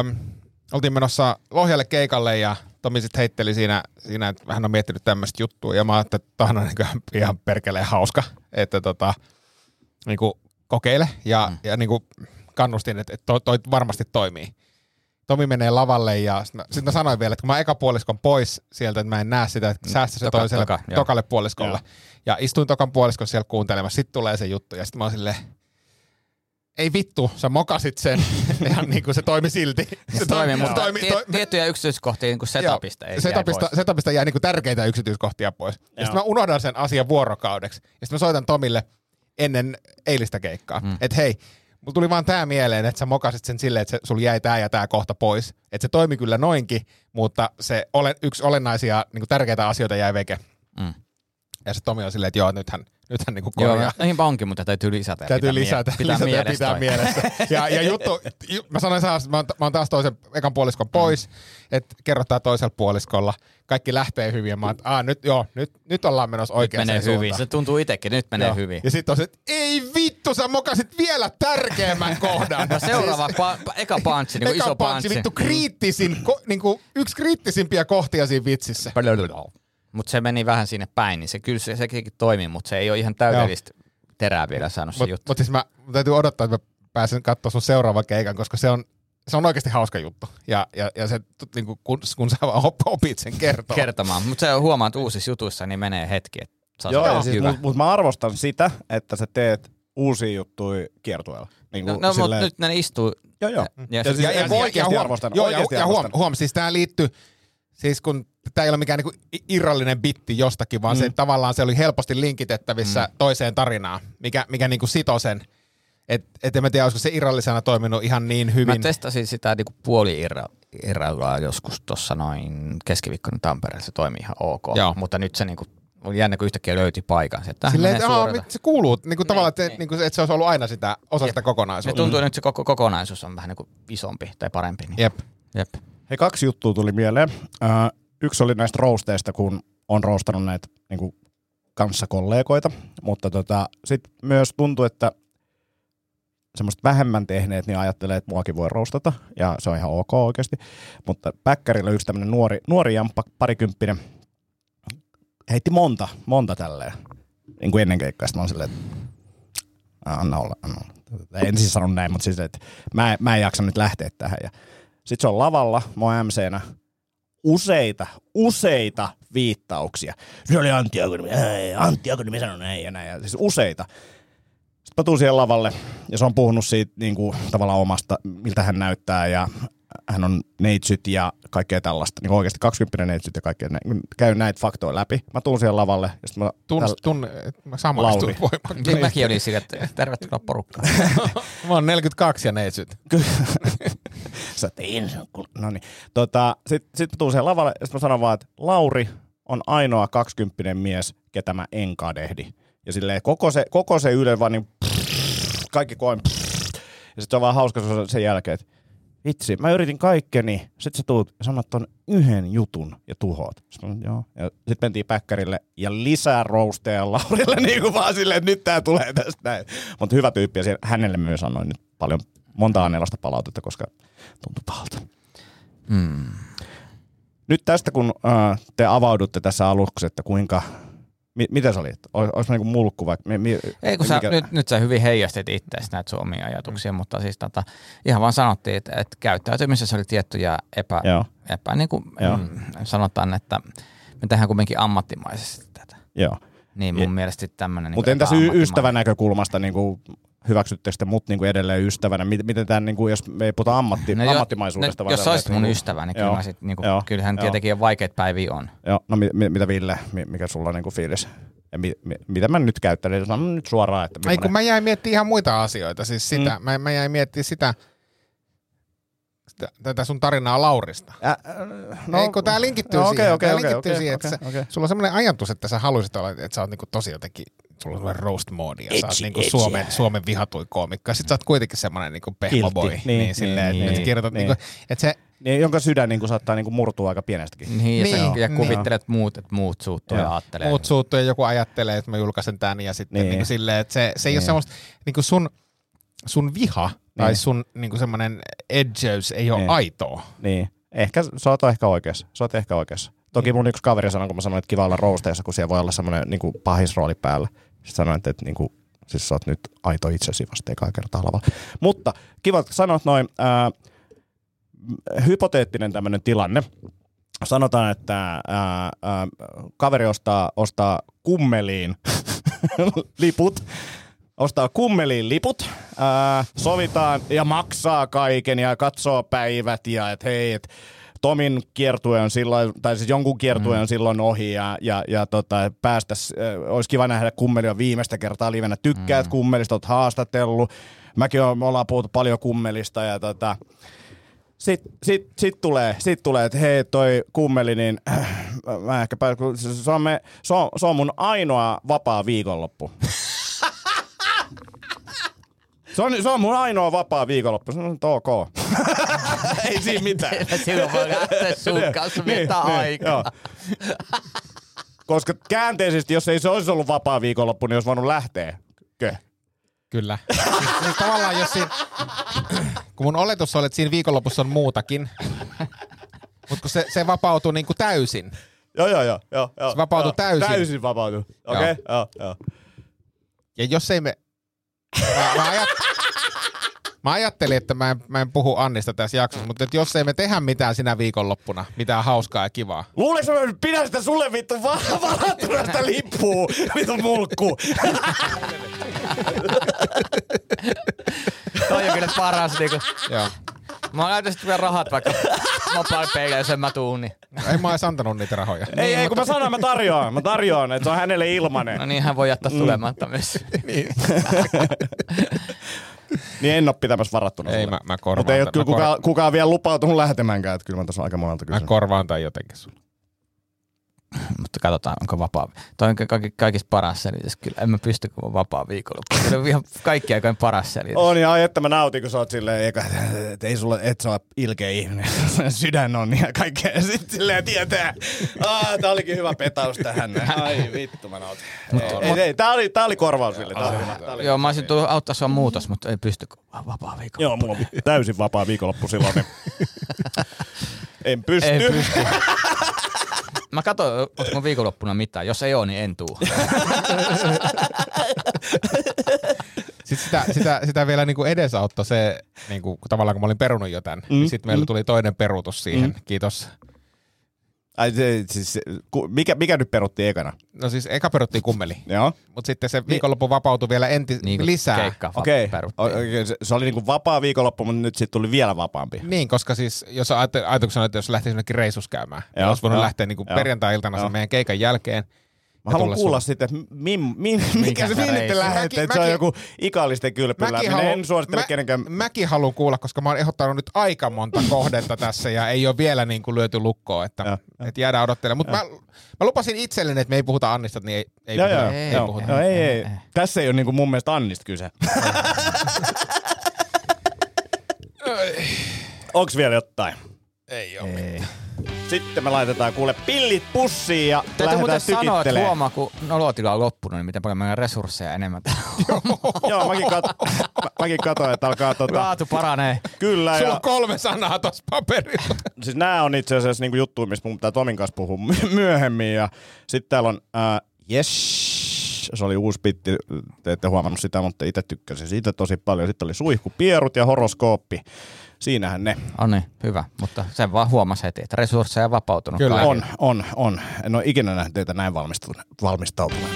Speaker 4: äm, oltiin menossa Lohjalle keikalle ja Tomi sitten heitteli siinä, siinä, että hän on miettinyt tämmöistä juttua ja mä ajattelin, että tämähän on niin ihan perkeleen hauska, että tota, niin kuin kokeile ja, mm. ja niin kuin kannustin, että, että toi, toi varmasti toimii. Tomi menee lavalle ja sitten mä, sit mä sanoin vielä, että kun mä eka puoliskon pois sieltä, että mä en näe sitä, että säästä se
Speaker 5: Toka-
Speaker 4: toiselle,
Speaker 5: toka, joo.
Speaker 4: tokalle puoliskolle. Ja istuin tokan puoliskon siellä kuuntelemassa, sitten tulee se juttu ja sitten mä oon silleen, ei vittu, sä mokasit sen. ja niin kuin se toimi silti.
Speaker 5: se toimii,
Speaker 4: se
Speaker 5: mutta
Speaker 4: toimi-
Speaker 5: tie-
Speaker 4: toimi-
Speaker 5: tiettyjä yksityiskohtia niin kuin setupista
Speaker 4: Joo,
Speaker 5: ei
Speaker 4: setupista,
Speaker 5: setupista.
Speaker 4: setupista jäi niinku tärkeitä yksityiskohtia pois. Ja sitten mä unohdan sen asian vuorokaudeksi. Ja sitten mä soitan Tomille ennen eilistä keikkaa, mm. että hei, mulla tuli vaan tää mieleen, että sä mokasit sen silleen, että se, sul jäi tää ja tää kohta pois. Että se toimi kyllä noinkin, mutta se ole, yksi olennaisia niinku tärkeitä asioita jäi veke.
Speaker 5: Mm.
Speaker 4: Ja se Tomi on silleen, että joo, nythän, nythän niinku
Speaker 5: Joo,
Speaker 4: korjaa.
Speaker 5: näihin onkin, mutta täytyy lisätä. ja
Speaker 4: Täytyy
Speaker 5: pitää mie-
Speaker 4: lisätä,
Speaker 5: pitää
Speaker 4: lisätä ja
Speaker 5: mielessä
Speaker 4: pitää
Speaker 5: toi.
Speaker 4: mielessä. Ja, ja juttu, ju, mä sanoin saa, mä, oon- mä oon taas toisen, ekan puoliskon
Speaker 5: Mm.
Speaker 4: pois, että kerrotaan toisella puoliskolla. Kaikki lähtee hyvin ja mä oon, aa, nyt, joo, nyt, nyt ollaan menossa
Speaker 5: Nyt
Speaker 4: oikeaan
Speaker 5: menee
Speaker 4: suuntaan.
Speaker 5: hyvin. Se tuntuu itsekin, nyt menee
Speaker 4: Joo.
Speaker 5: hyvin.
Speaker 4: Ja sitten on se, että ei vittu, sä mokasit vielä tärkeämmän kohdan. Siis
Speaker 5: No seuraava, pa, pa, eka pantsi, niinku
Speaker 4: Eka
Speaker 5: iso
Speaker 4: punchi,
Speaker 5: pantsi.
Speaker 4: vittu kriittisin, ko, niinku, yksi kriittisimpiä kohtia siinä vitsissä.
Speaker 5: Mutta Mm. se meni vähän sinne päin, niin se kyllä se, sekin toimii, mutta se ei ole ihan täydellistä terää vielä saanut se
Speaker 4: Mut,
Speaker 5: juttu.
Speaker 4: mut siis mä mun täytyy odottaa, että mä pääsen katsomaan sun seuraavan keikan, koska se on, se on oikeasti hauska juttu. Ja, ja, ja se, tut- niinku, kun, kun sä vaan op- opit sen kertoa.
Speaker 5: kertomaan. Mutta se huomaat uusissa jutuissa, niin menee hetki, että saa
Speaker 6: Joo,
Speaker 5: Joo,
Speaker 6: ja
Speaker 5: siis
Speaker 6: siis,
Speaker 5: hyvä.
Speaker 6: mutta mut mä arvostan sitä, että sä teet uusia juttuja kiertueella. Niin
Speaker 5: No, no mutta nyt ne istuu.
Speaker 6: Joo, joo.
Speaker 5: Ja,
Speaker 6: Ja
Speaker 5: ja,
Speaker 6: siis-
Speaker 5: ja,
Speaker 4: ja, ja,
Speaker 6: ihan oikeasti
Speaker 4: ja huom-
Speaker 6: arvostan,
Speaker 4: Joo, ja,
Speaker 6: oikeasti
Speaker 4: ja huom,
Speaker 6: arvostan.
Speaker 4: huom, siis tää liittyy, siis kun tämä ei ole mikään niinku i- irrallinen bitti jostakin, vaan mm. se tavallaan se oli helposti linkitettävissä mm. toiseen tarinaan, mikä, mikä niinku sitoo sen. Et, et en mä tiedä, olisiko se irrallisena toiminut ihan niin
Speaker 5: mä
Speaker 4: hyvin.
Speaker 5: testasin sitä niinku puoli irrallaa joskus tuossa noin keskiviikkona Tampereella. Se toimii ihan ok.
Speaker 4: Joo.
Speaker 5: Mutta nyt se niinku, oli jännä, kun yhtäkkiä löyti paikan. Se, että
Speaker 4: Silleen, että aah,
Speaker 5: suoraan.
Speaker 4: mit- se kuuluu, niinku tavallaan, että,
Speaker 5: niin.
Speaker 4: niinku, että se olisi ollut aina sitä, osa sitä
Speaker 5: Se
Speaker 4: kokonaisuutta. Mm.
Speaker 5: tuntuu, että nyt se koko kokonaisuus on vähän niinku isompi tai parempi. Niin.
Speaker 4: Jep.
Speaker 5: Jep.
Speaker 6: Hei, kaksi juttua tuli mieleen. Äh, yksi oli näistä roosteista, kun on roostanut näitä niin kuin, kanssakollegoita, mutta tota, sitten myös tuntuu, että semmoiset vähemmän tehneet, niin ajattelee, että muakin voi roostata, ja se on ihan ok oikeasti. Mutta Päkkärillä yksi tämmöinen nuori, nuori jamppa, parikymppinen, heitti monta, monta tälleen, niin kuin ennen keikkaa. Sitten mä oon silleen, että anna olla, anna olla. En siis sano näin, mutta siis, että mä, en- mä en jaksa nyt lähteä tähän. Ja sitten se on lavalla, mä oon MC-nä. Useita, useita viittauksia. Se oli Antti Akonimi, ei, Antti Akonimi sanoi näin ja näin. Ja siis useita. Sitten mä tuun siihen lavalle ja se on puhunut siitä niin kuin, tavallaan omasta, miltä hän näyttää ja hän on neitsyt ja kaikkea tällaista. Niin kuin oikeasti 20 neitsyt ja kaikkea näin. Käy näitä faktoja läpi. Mä tuun siihen lavalle ja sitten mä...
Speaker 4: Tunn,
Speaker 6: tällä-
Speaker 4: tunn, mä samaistuin
Speaker 6: Lauri.
Speaker 4: voimakkaasti.
Speaker 5: Niin mäkin olin sillä, että tervetuloa porukkaan.
Speaker 4: Mä oon 42 ja neitsyt.
Speaker 6: Sä tein sen. kun- No niin. Tota, sitten sit mä tuun siihen lavalle ja sit mä sanon vaan, että Lauri on ainoa 20 mies, ketä mä en kadehdi. Ja silleen koko se, koko se yle vaan niin kaikki koin. Ja sitten se on vaan hauska se on sen jälkeen, että vitsi, mä yritin kaikkeni. Sitten sä tuut ja sanot ton yhden jutun ja tuhoat. Sitten mä sanoin, joo. Ja sitten mentiin päkkärille ja lisää rousteja Laurille niin kuin vaan silleen, että nyt tää tulee tästä näin. Mutta hyvä tyyppi ja siellä- hänelle myös annoin nyt paljon, monta anelasta palautetta, koska tuntuu pahalta.
Speaker 5: Mm.
Speaker 6: Nyt tästä, kun äh, te avaudutte tässä aluksi, että kuinka, mi, mitä se oli? Olisiko niinku mulkku vai? Mi, mi,
Speaker 5: Ei kun sä, nyt, nyt sä hyvin heijastit itseäsi näitä sun omia ajatuksia, mm. mutta siis tota, ihan vaan sanottiin, että, että käyttäytymisessä oli tiettyjä epä,
Speaker 6: Joo,
Speaker 5: epä niin kuin,
Speaker 6: Joo.
Speaker 5: mm, sanotaan, että me tehdään kuitenkin ammattimaisesti tätä.
Speaker 6: joo.
Speaker 5: Niin mun
Speaker 6: Je-
Speaker 5: mielestä niin tämmöinen.
Speaker 6: Mutta entäs y- ystävän näkökulmasta, niin kuin, hyväksyttekö te mut niin kuin edelleen ystävänä? Miten, miten tämän, niin kuin, jos me ei puhuta ammatti, no, ammattimaisuudesta?
Speaker 5: no,
Speaker 6: vaan
Speaker 5: Jos sä
Speaker 6: tällä,
Speaker 5: olisit
Speaker 6: että
Speaker 5: mun
Speaker 6: niinku-
Speaker 5: ystävä, niin kyllä
Speaker 6: Joo.
Speaker 5: mä sit, niin kuin,
Speaker 6: Joo.
Speaker 5: kyllähän
Speaker 6: Joo.
Speaker 5: tietenkin on vaikeita päiviä on.
Speaker 6: Joo, no mi, mi, mitä Ville, mi, mikä sulla on niin kuin fiilis? Ja mi, mi, mitä mä nyt käyttäisin? Sanon nyt suoraan, että
Speaker 4: Ei,
Speaker 6: millainen-
Speaker 4: kun mä jäin miettimään ihan muita asioita, siis sitä. Mm. Mä, mä jäin miettimään sitä, sitä, tätä sun tarinaa Laurista.
Speaker 6: Ä, äh,
Speaker 4: No, Ei, kun tää linkittyy
Speaker 6: no,
Speaker 4: no,
Speaker 6: okei,
Speaker 4: siihen, okay,
Speaker 6: okei,
Speaker 4: okay, tää
Speaker 6: okei,
Speaker 4: linkittyy okay,
Speaker 6: okei,
Speaker 4: siihen okay,
Speaker 6: okei,
Speaker 4: että okay.
Speaker 6: okei.
Speaker 4: Sä, sulla on sellainen ajatus, että sä haluaisit olla, että sä oot niinku tosi jotenkin, sulla on sellainen roast mode ja sä oot niinku Suomen, Suomen vihatuin koomikko. Sitten sä oot kuitenkin semmoinen niinku pehmoboi.
Speaker 6: Kiltti.
Speaker 4: Niin,
Speaker 6: Niin,
Speaker 4: niin, silleen,
Speaker 6: niin,
Speaker 4: niin, että
Speaker 6: niin,
Speaker 4: niin, kirjoitat
Speaker 6: niin.
Speaker 4: niin. niinku, että se,
Speaker 6: Niin, jonka sydän niin kuin, saattaa niin kuin, murtua aika pienestäkin.
Speaker 5: Niin, ja,
Speaker 4: Niin,
Speaker 5: sä, ja
Speaker 4: niin.
Speaker 5: kuvittelet muut, että muut suuttuu
Speaker 6: Joo.
Speaker 5: ja ajattelee.
Speaker 4: Muut suuttuu ja joku ajattelee, että mä julkaisen tän ja sitten
Speaker 6: Niin.
Speaker 4: niin. niin silleen, että se, se ei
Speaker 6: Niin.
Speaker 4: niin. ole semmoista, niin kuin sun, sun viha tai
Speaker 6: Niin.
Speaker 4: sun niin kuin semmoinen edgeys ei ole
Speaker 6: Niin.
Speaker 4: niin. aitoa.
Speaker 6: Niin. Ehkä, sä oot ehkä oikeassa. Sä oot ehkä oikeassa. Toki mun yksi kaveri sanoi, kun mä sanoin, että kiva olla roosteissa, kun siellä voi olla semmoinen niin pahis rooli päällä. Sitten sanoin, että, että niin kuin, siis sä oot nyt aito itsesi vasta ekaa kertaa lavalla. Mutta kiva, että sanot noin. Ää, m- hypoteettinen tämmöinen tilanne. Sanotaan, että ää, ää, kaveri ostaa, ostaa kummeliin liput. Ostaa kummeliin liput, ää, sovitaan ja maksaa kaiken ja katsoo päivät ja et hei, et Tomin kiertue on silloin, tai siis jonkun kiertue on silloin ohi ja, ja, ja tota, päästä, olisi kiva nähdä kummelia viimeistä kertaa livenä. Tykkäät mm. kummelista, oot haastatellut. Mäkin on, me ollaan puhuttu paljon kummelista ja tota, Sitten sit, sit tulee, sit tulee että hei toi kummeli, niin äh, mä ehkä pääs, kun se- se, on me, se, on, se on mun ainoa vapaa viikonloppu. Se on, se on mun ainoa vapaa viikonloppu. Se on että ok. Ei siinä mitään.
Speaker 5: Silloin voi lähteä sun
Speaker 6: Niin.
Speaker 5: kanssa viettää aikaa.
Speaker 6: joo. Koska käänteisesti, jos ei se olisi ollut vapaa viikonloppu, niin olisi voinut lähteä. Kö?
Speaker 4: Kyllä. Siis, siis tavallaan jos siinä, kun mun oletus oli, että siinä viikonlopussa on muutakin, mutta kun se, se vapautuu niin kuin täysin.
Speaker 6: Joo, joo, joo. joo, joo
Speaker 4: Se vapautui
Speaker 6: joo.
Speaker 4: täysin.
Speaker 6: Täysin vapautui. Okei, okay, joo, joo.
Speaker 4: Ja jos ei me... Mä, mä, ajat, mä ajattelin, että mä en, mä en puhu Annista tässä jaksossa, mutta nyt jos ei me tehdä mitään sinä viikonloppuna, mitään hauskaa ja kivaa.
Speaker 6: Luuleeko mä nyt pidän sitä sulle vittu va- varattuna sitä lippua, vittu mulkku?
Speaker 5: Toi on kyllä paras. Niinku.
Speaker 4: Joo.
Speaker 5: Mä näytän sitten vielä rahat vaikka mobile peilejä, jos en mä tuun. Niin.
Speaker 4: Ei mä ois antanut niitä rahoja.
Speaker 6: ei, ei, kun mä sanoin, mä tarjoan. Mä tarjoan, että se on hänelle ilmanen.
Speaker 5: No niin, hän voi
Speaker 6: Mm.
Speaker 5: jättää tulematta myös.
Speaker 6: Niin en oo pitämässä varattuna
Speaker 4: Ei,
Speaker 6: sulle.
Speaker 4: mä- mä korvaan
Speaker 6: Mutta ei oo
Speaker 4: tämän.
Speaker 6: kyllä
Speaker 4: Mä korvaan.
Speaker 6: kukaan, kukaan vielä lupautunut lähtemäänkään, että kyllä mä tässä aika monelta
Speaker 4: Mä
Speaker 6: kysyn.
Speaker 4: korvaan tai jotenkin sun.
Speaker 5: Mutta katsotaan, onko vapaa. Toi on kaikki, kaikista paras selitys. Kyllä en mä pysty, kun on vapaa viikonloppu. Kyllä on ihan kaikki aikojen paras selitys.
Speaker 6: On ja ai, että mä nautin, kun sä oot silleen, eikä, et ei sulle, et sä ole ilkeä ihminen, sydän on ja kaikkea. Ja sit silleen tietää, aah, tää olikin hyvä petaus tähän. näin. Ai vittu, mä nautin. ei, ei, tää oli, tää oli korvaus sille. Tää oli, hyvä, tää oli.
Speaker 5: Joo, mä olisin tullut auttaa sua muutos, mutta ei pysty, kun on vapaa viikonloppu.
Speaker 6: Joo, mulla on täysin vapaa viikonloppu silloin, niin en pysty.
Speaker 5: Ei pysty. Mä katson, onko mun viikonloppuna mitään. Jos ei oo, niin en tuu.
Speaker 4: Sitten sitä, sitä, sitä vielä niinku edesauttoi se, niinku, kun tavallaan kun mä olin perunut jo tämän, mm. niin sitten meillä tuli toinen peruutus siihen. Mm. Kiitos.
Speaker 6: Ai, se, siis, se, ku, mikä, mikä nyt peruttiin ekana?
Speaker 4: No siis eka peruttiin kummeli,
Speaker 6: Joo.
Speaker 4: mutta sitten
Speaker 6: Niin.
Speaker 4: se viikonloppu vapautui vielä enti
Speaker 5: Niin kuin
Speaker 4: lisää.
Speaker 5: Keikka
Speaker 6: Okei,
Speaker 5: okay.
Speaker 6: O- okei, se, se oli niinku vapaa viikonloppu, mutta nyt siitä tuli vielä vapaampi.
Speaker 4: Niin, koska siis jos ajate- ajatuksena, on, että jos lähtee jonnekin reissus käymään, niin
Speaker 6: Joo,
Speaker 4: olisi voinut
Speaker 6: joo,
Speaker 4: lähteä niin
Speaker 6: joo,
Speaker 4: perjantai-iltana sen
Speaker 6: joo.
Speaker 4: meidän keikan jälkeen.
Speaker 6: Mä
Speaker 4: ja
Speaker 6: haluan
Speaker 4: tulla
Speaker 6: kuulla
Speaker 4: sun-
Speaker 6: sitten, että mim, mim, mikä se
Speaker 5: se
Speaker 6: minne te
Speaker 5: reissu?
Speaker 6: lähette,
Speaker 4: Mäkin-
Speaker 6: että se on
Speaker 4: mäkin-
Speaker 6: joku ikallisten kylpyläminen. En suosittele
Speaker 4: mä-
Speaker 6: kenenkään.
Speaker 4: mäkin haluan kuulla, koska mä oon ehdottanut nyt aika monta kohdetta tässä ja ei ole vielä niin kuin lyöty lukkoon, että,
Speaker 6: Joo,
Speaker 4: että jäädään odottelemaan. Mutta mä, mä, lupasin itselleni, että me ei puhuta Annista, niin ei, ei
Speaker 6: Joo,
Speaker 4: puhuta.
Speaker 6: joo,
Speaker 4: ei
Speaker 6: joo.
Speaker 4: puhuta.
Speaker 6: Joo, ei, ei. Tässä ei ole niinku mun mielestä Annista kyse. Onks vielä jotain? Sitten me laitetaan kuule pillit pussiin ja
Speaker 5: Täytyy muuten
Speaker 6: lähdetään
Speaker 5: sanoa, että
Speaker 6: tykittelemään.
Speaker 5: huomaa, kun nolotila on loppunut, niin miten paljon meillä on resursseja enemmän.
Speaker 6: Joo, mäkin, kat- mä- mäkin katsoin, että alkaa tota...
Speaker 5: Laatu paranee.
Speaker 6: Kyllä,
Speaker 4: Sulla on
Speaker 6: ja
Speaker 4: kolme sanaa tuossa paperilla.
Speaker 6: siis nämä on itse asiassa niinku juttuja, mistä mun pitää Tomin kanssa puhua my- myöhemmin. Ja sitten täällä on ää, Yes, se oli uusi bitti, te ette huomannut sitä, mutta itse tykkäsin siitä tosi paljon. Sitten oli suihkupierut ja horoskooppi. Siinähän ne
Speaker 5: On niin, hyvä. Mutta sen vaan huomasi heti, että resursseja on vapautunut.
Speaker 4: Kyllä.
Speaker 5: kaikille.
Speaker 6: on, on, on. En ole ikinä nähnyt teitä näin valmistune- valmistautuneena.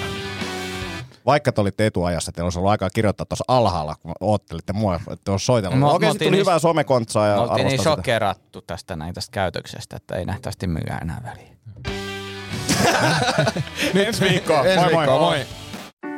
Speaker 6: Vaikka te olitte etuajassa, teillä olisi ollut aikaa kirjoittaa tuossa alhaalla, kun oottelitte mua, että olisi soitellut.
Speaker 5: Me-
Speaker 6: No,
Speaker 5: me
Speaker 6: Okei, sitten
Speaker 5: oltiin
Speaker 6: tuli
Speaker 5: niistä-
Speaker 6: hyvää somekontsaa ja
Speaker 5: Me oltiin niin
Speaker 6: arvostan sitä.
Speaker 5: shokerattu tästä näin tästä käytöksestä, että ei nähtävästi myydä enää väliä.
Speaker 6: Ensi viikkoa.
Speaker 4: Ensi
Speaker 6: Moi moi.
Speaker 4: viikkoon, moi.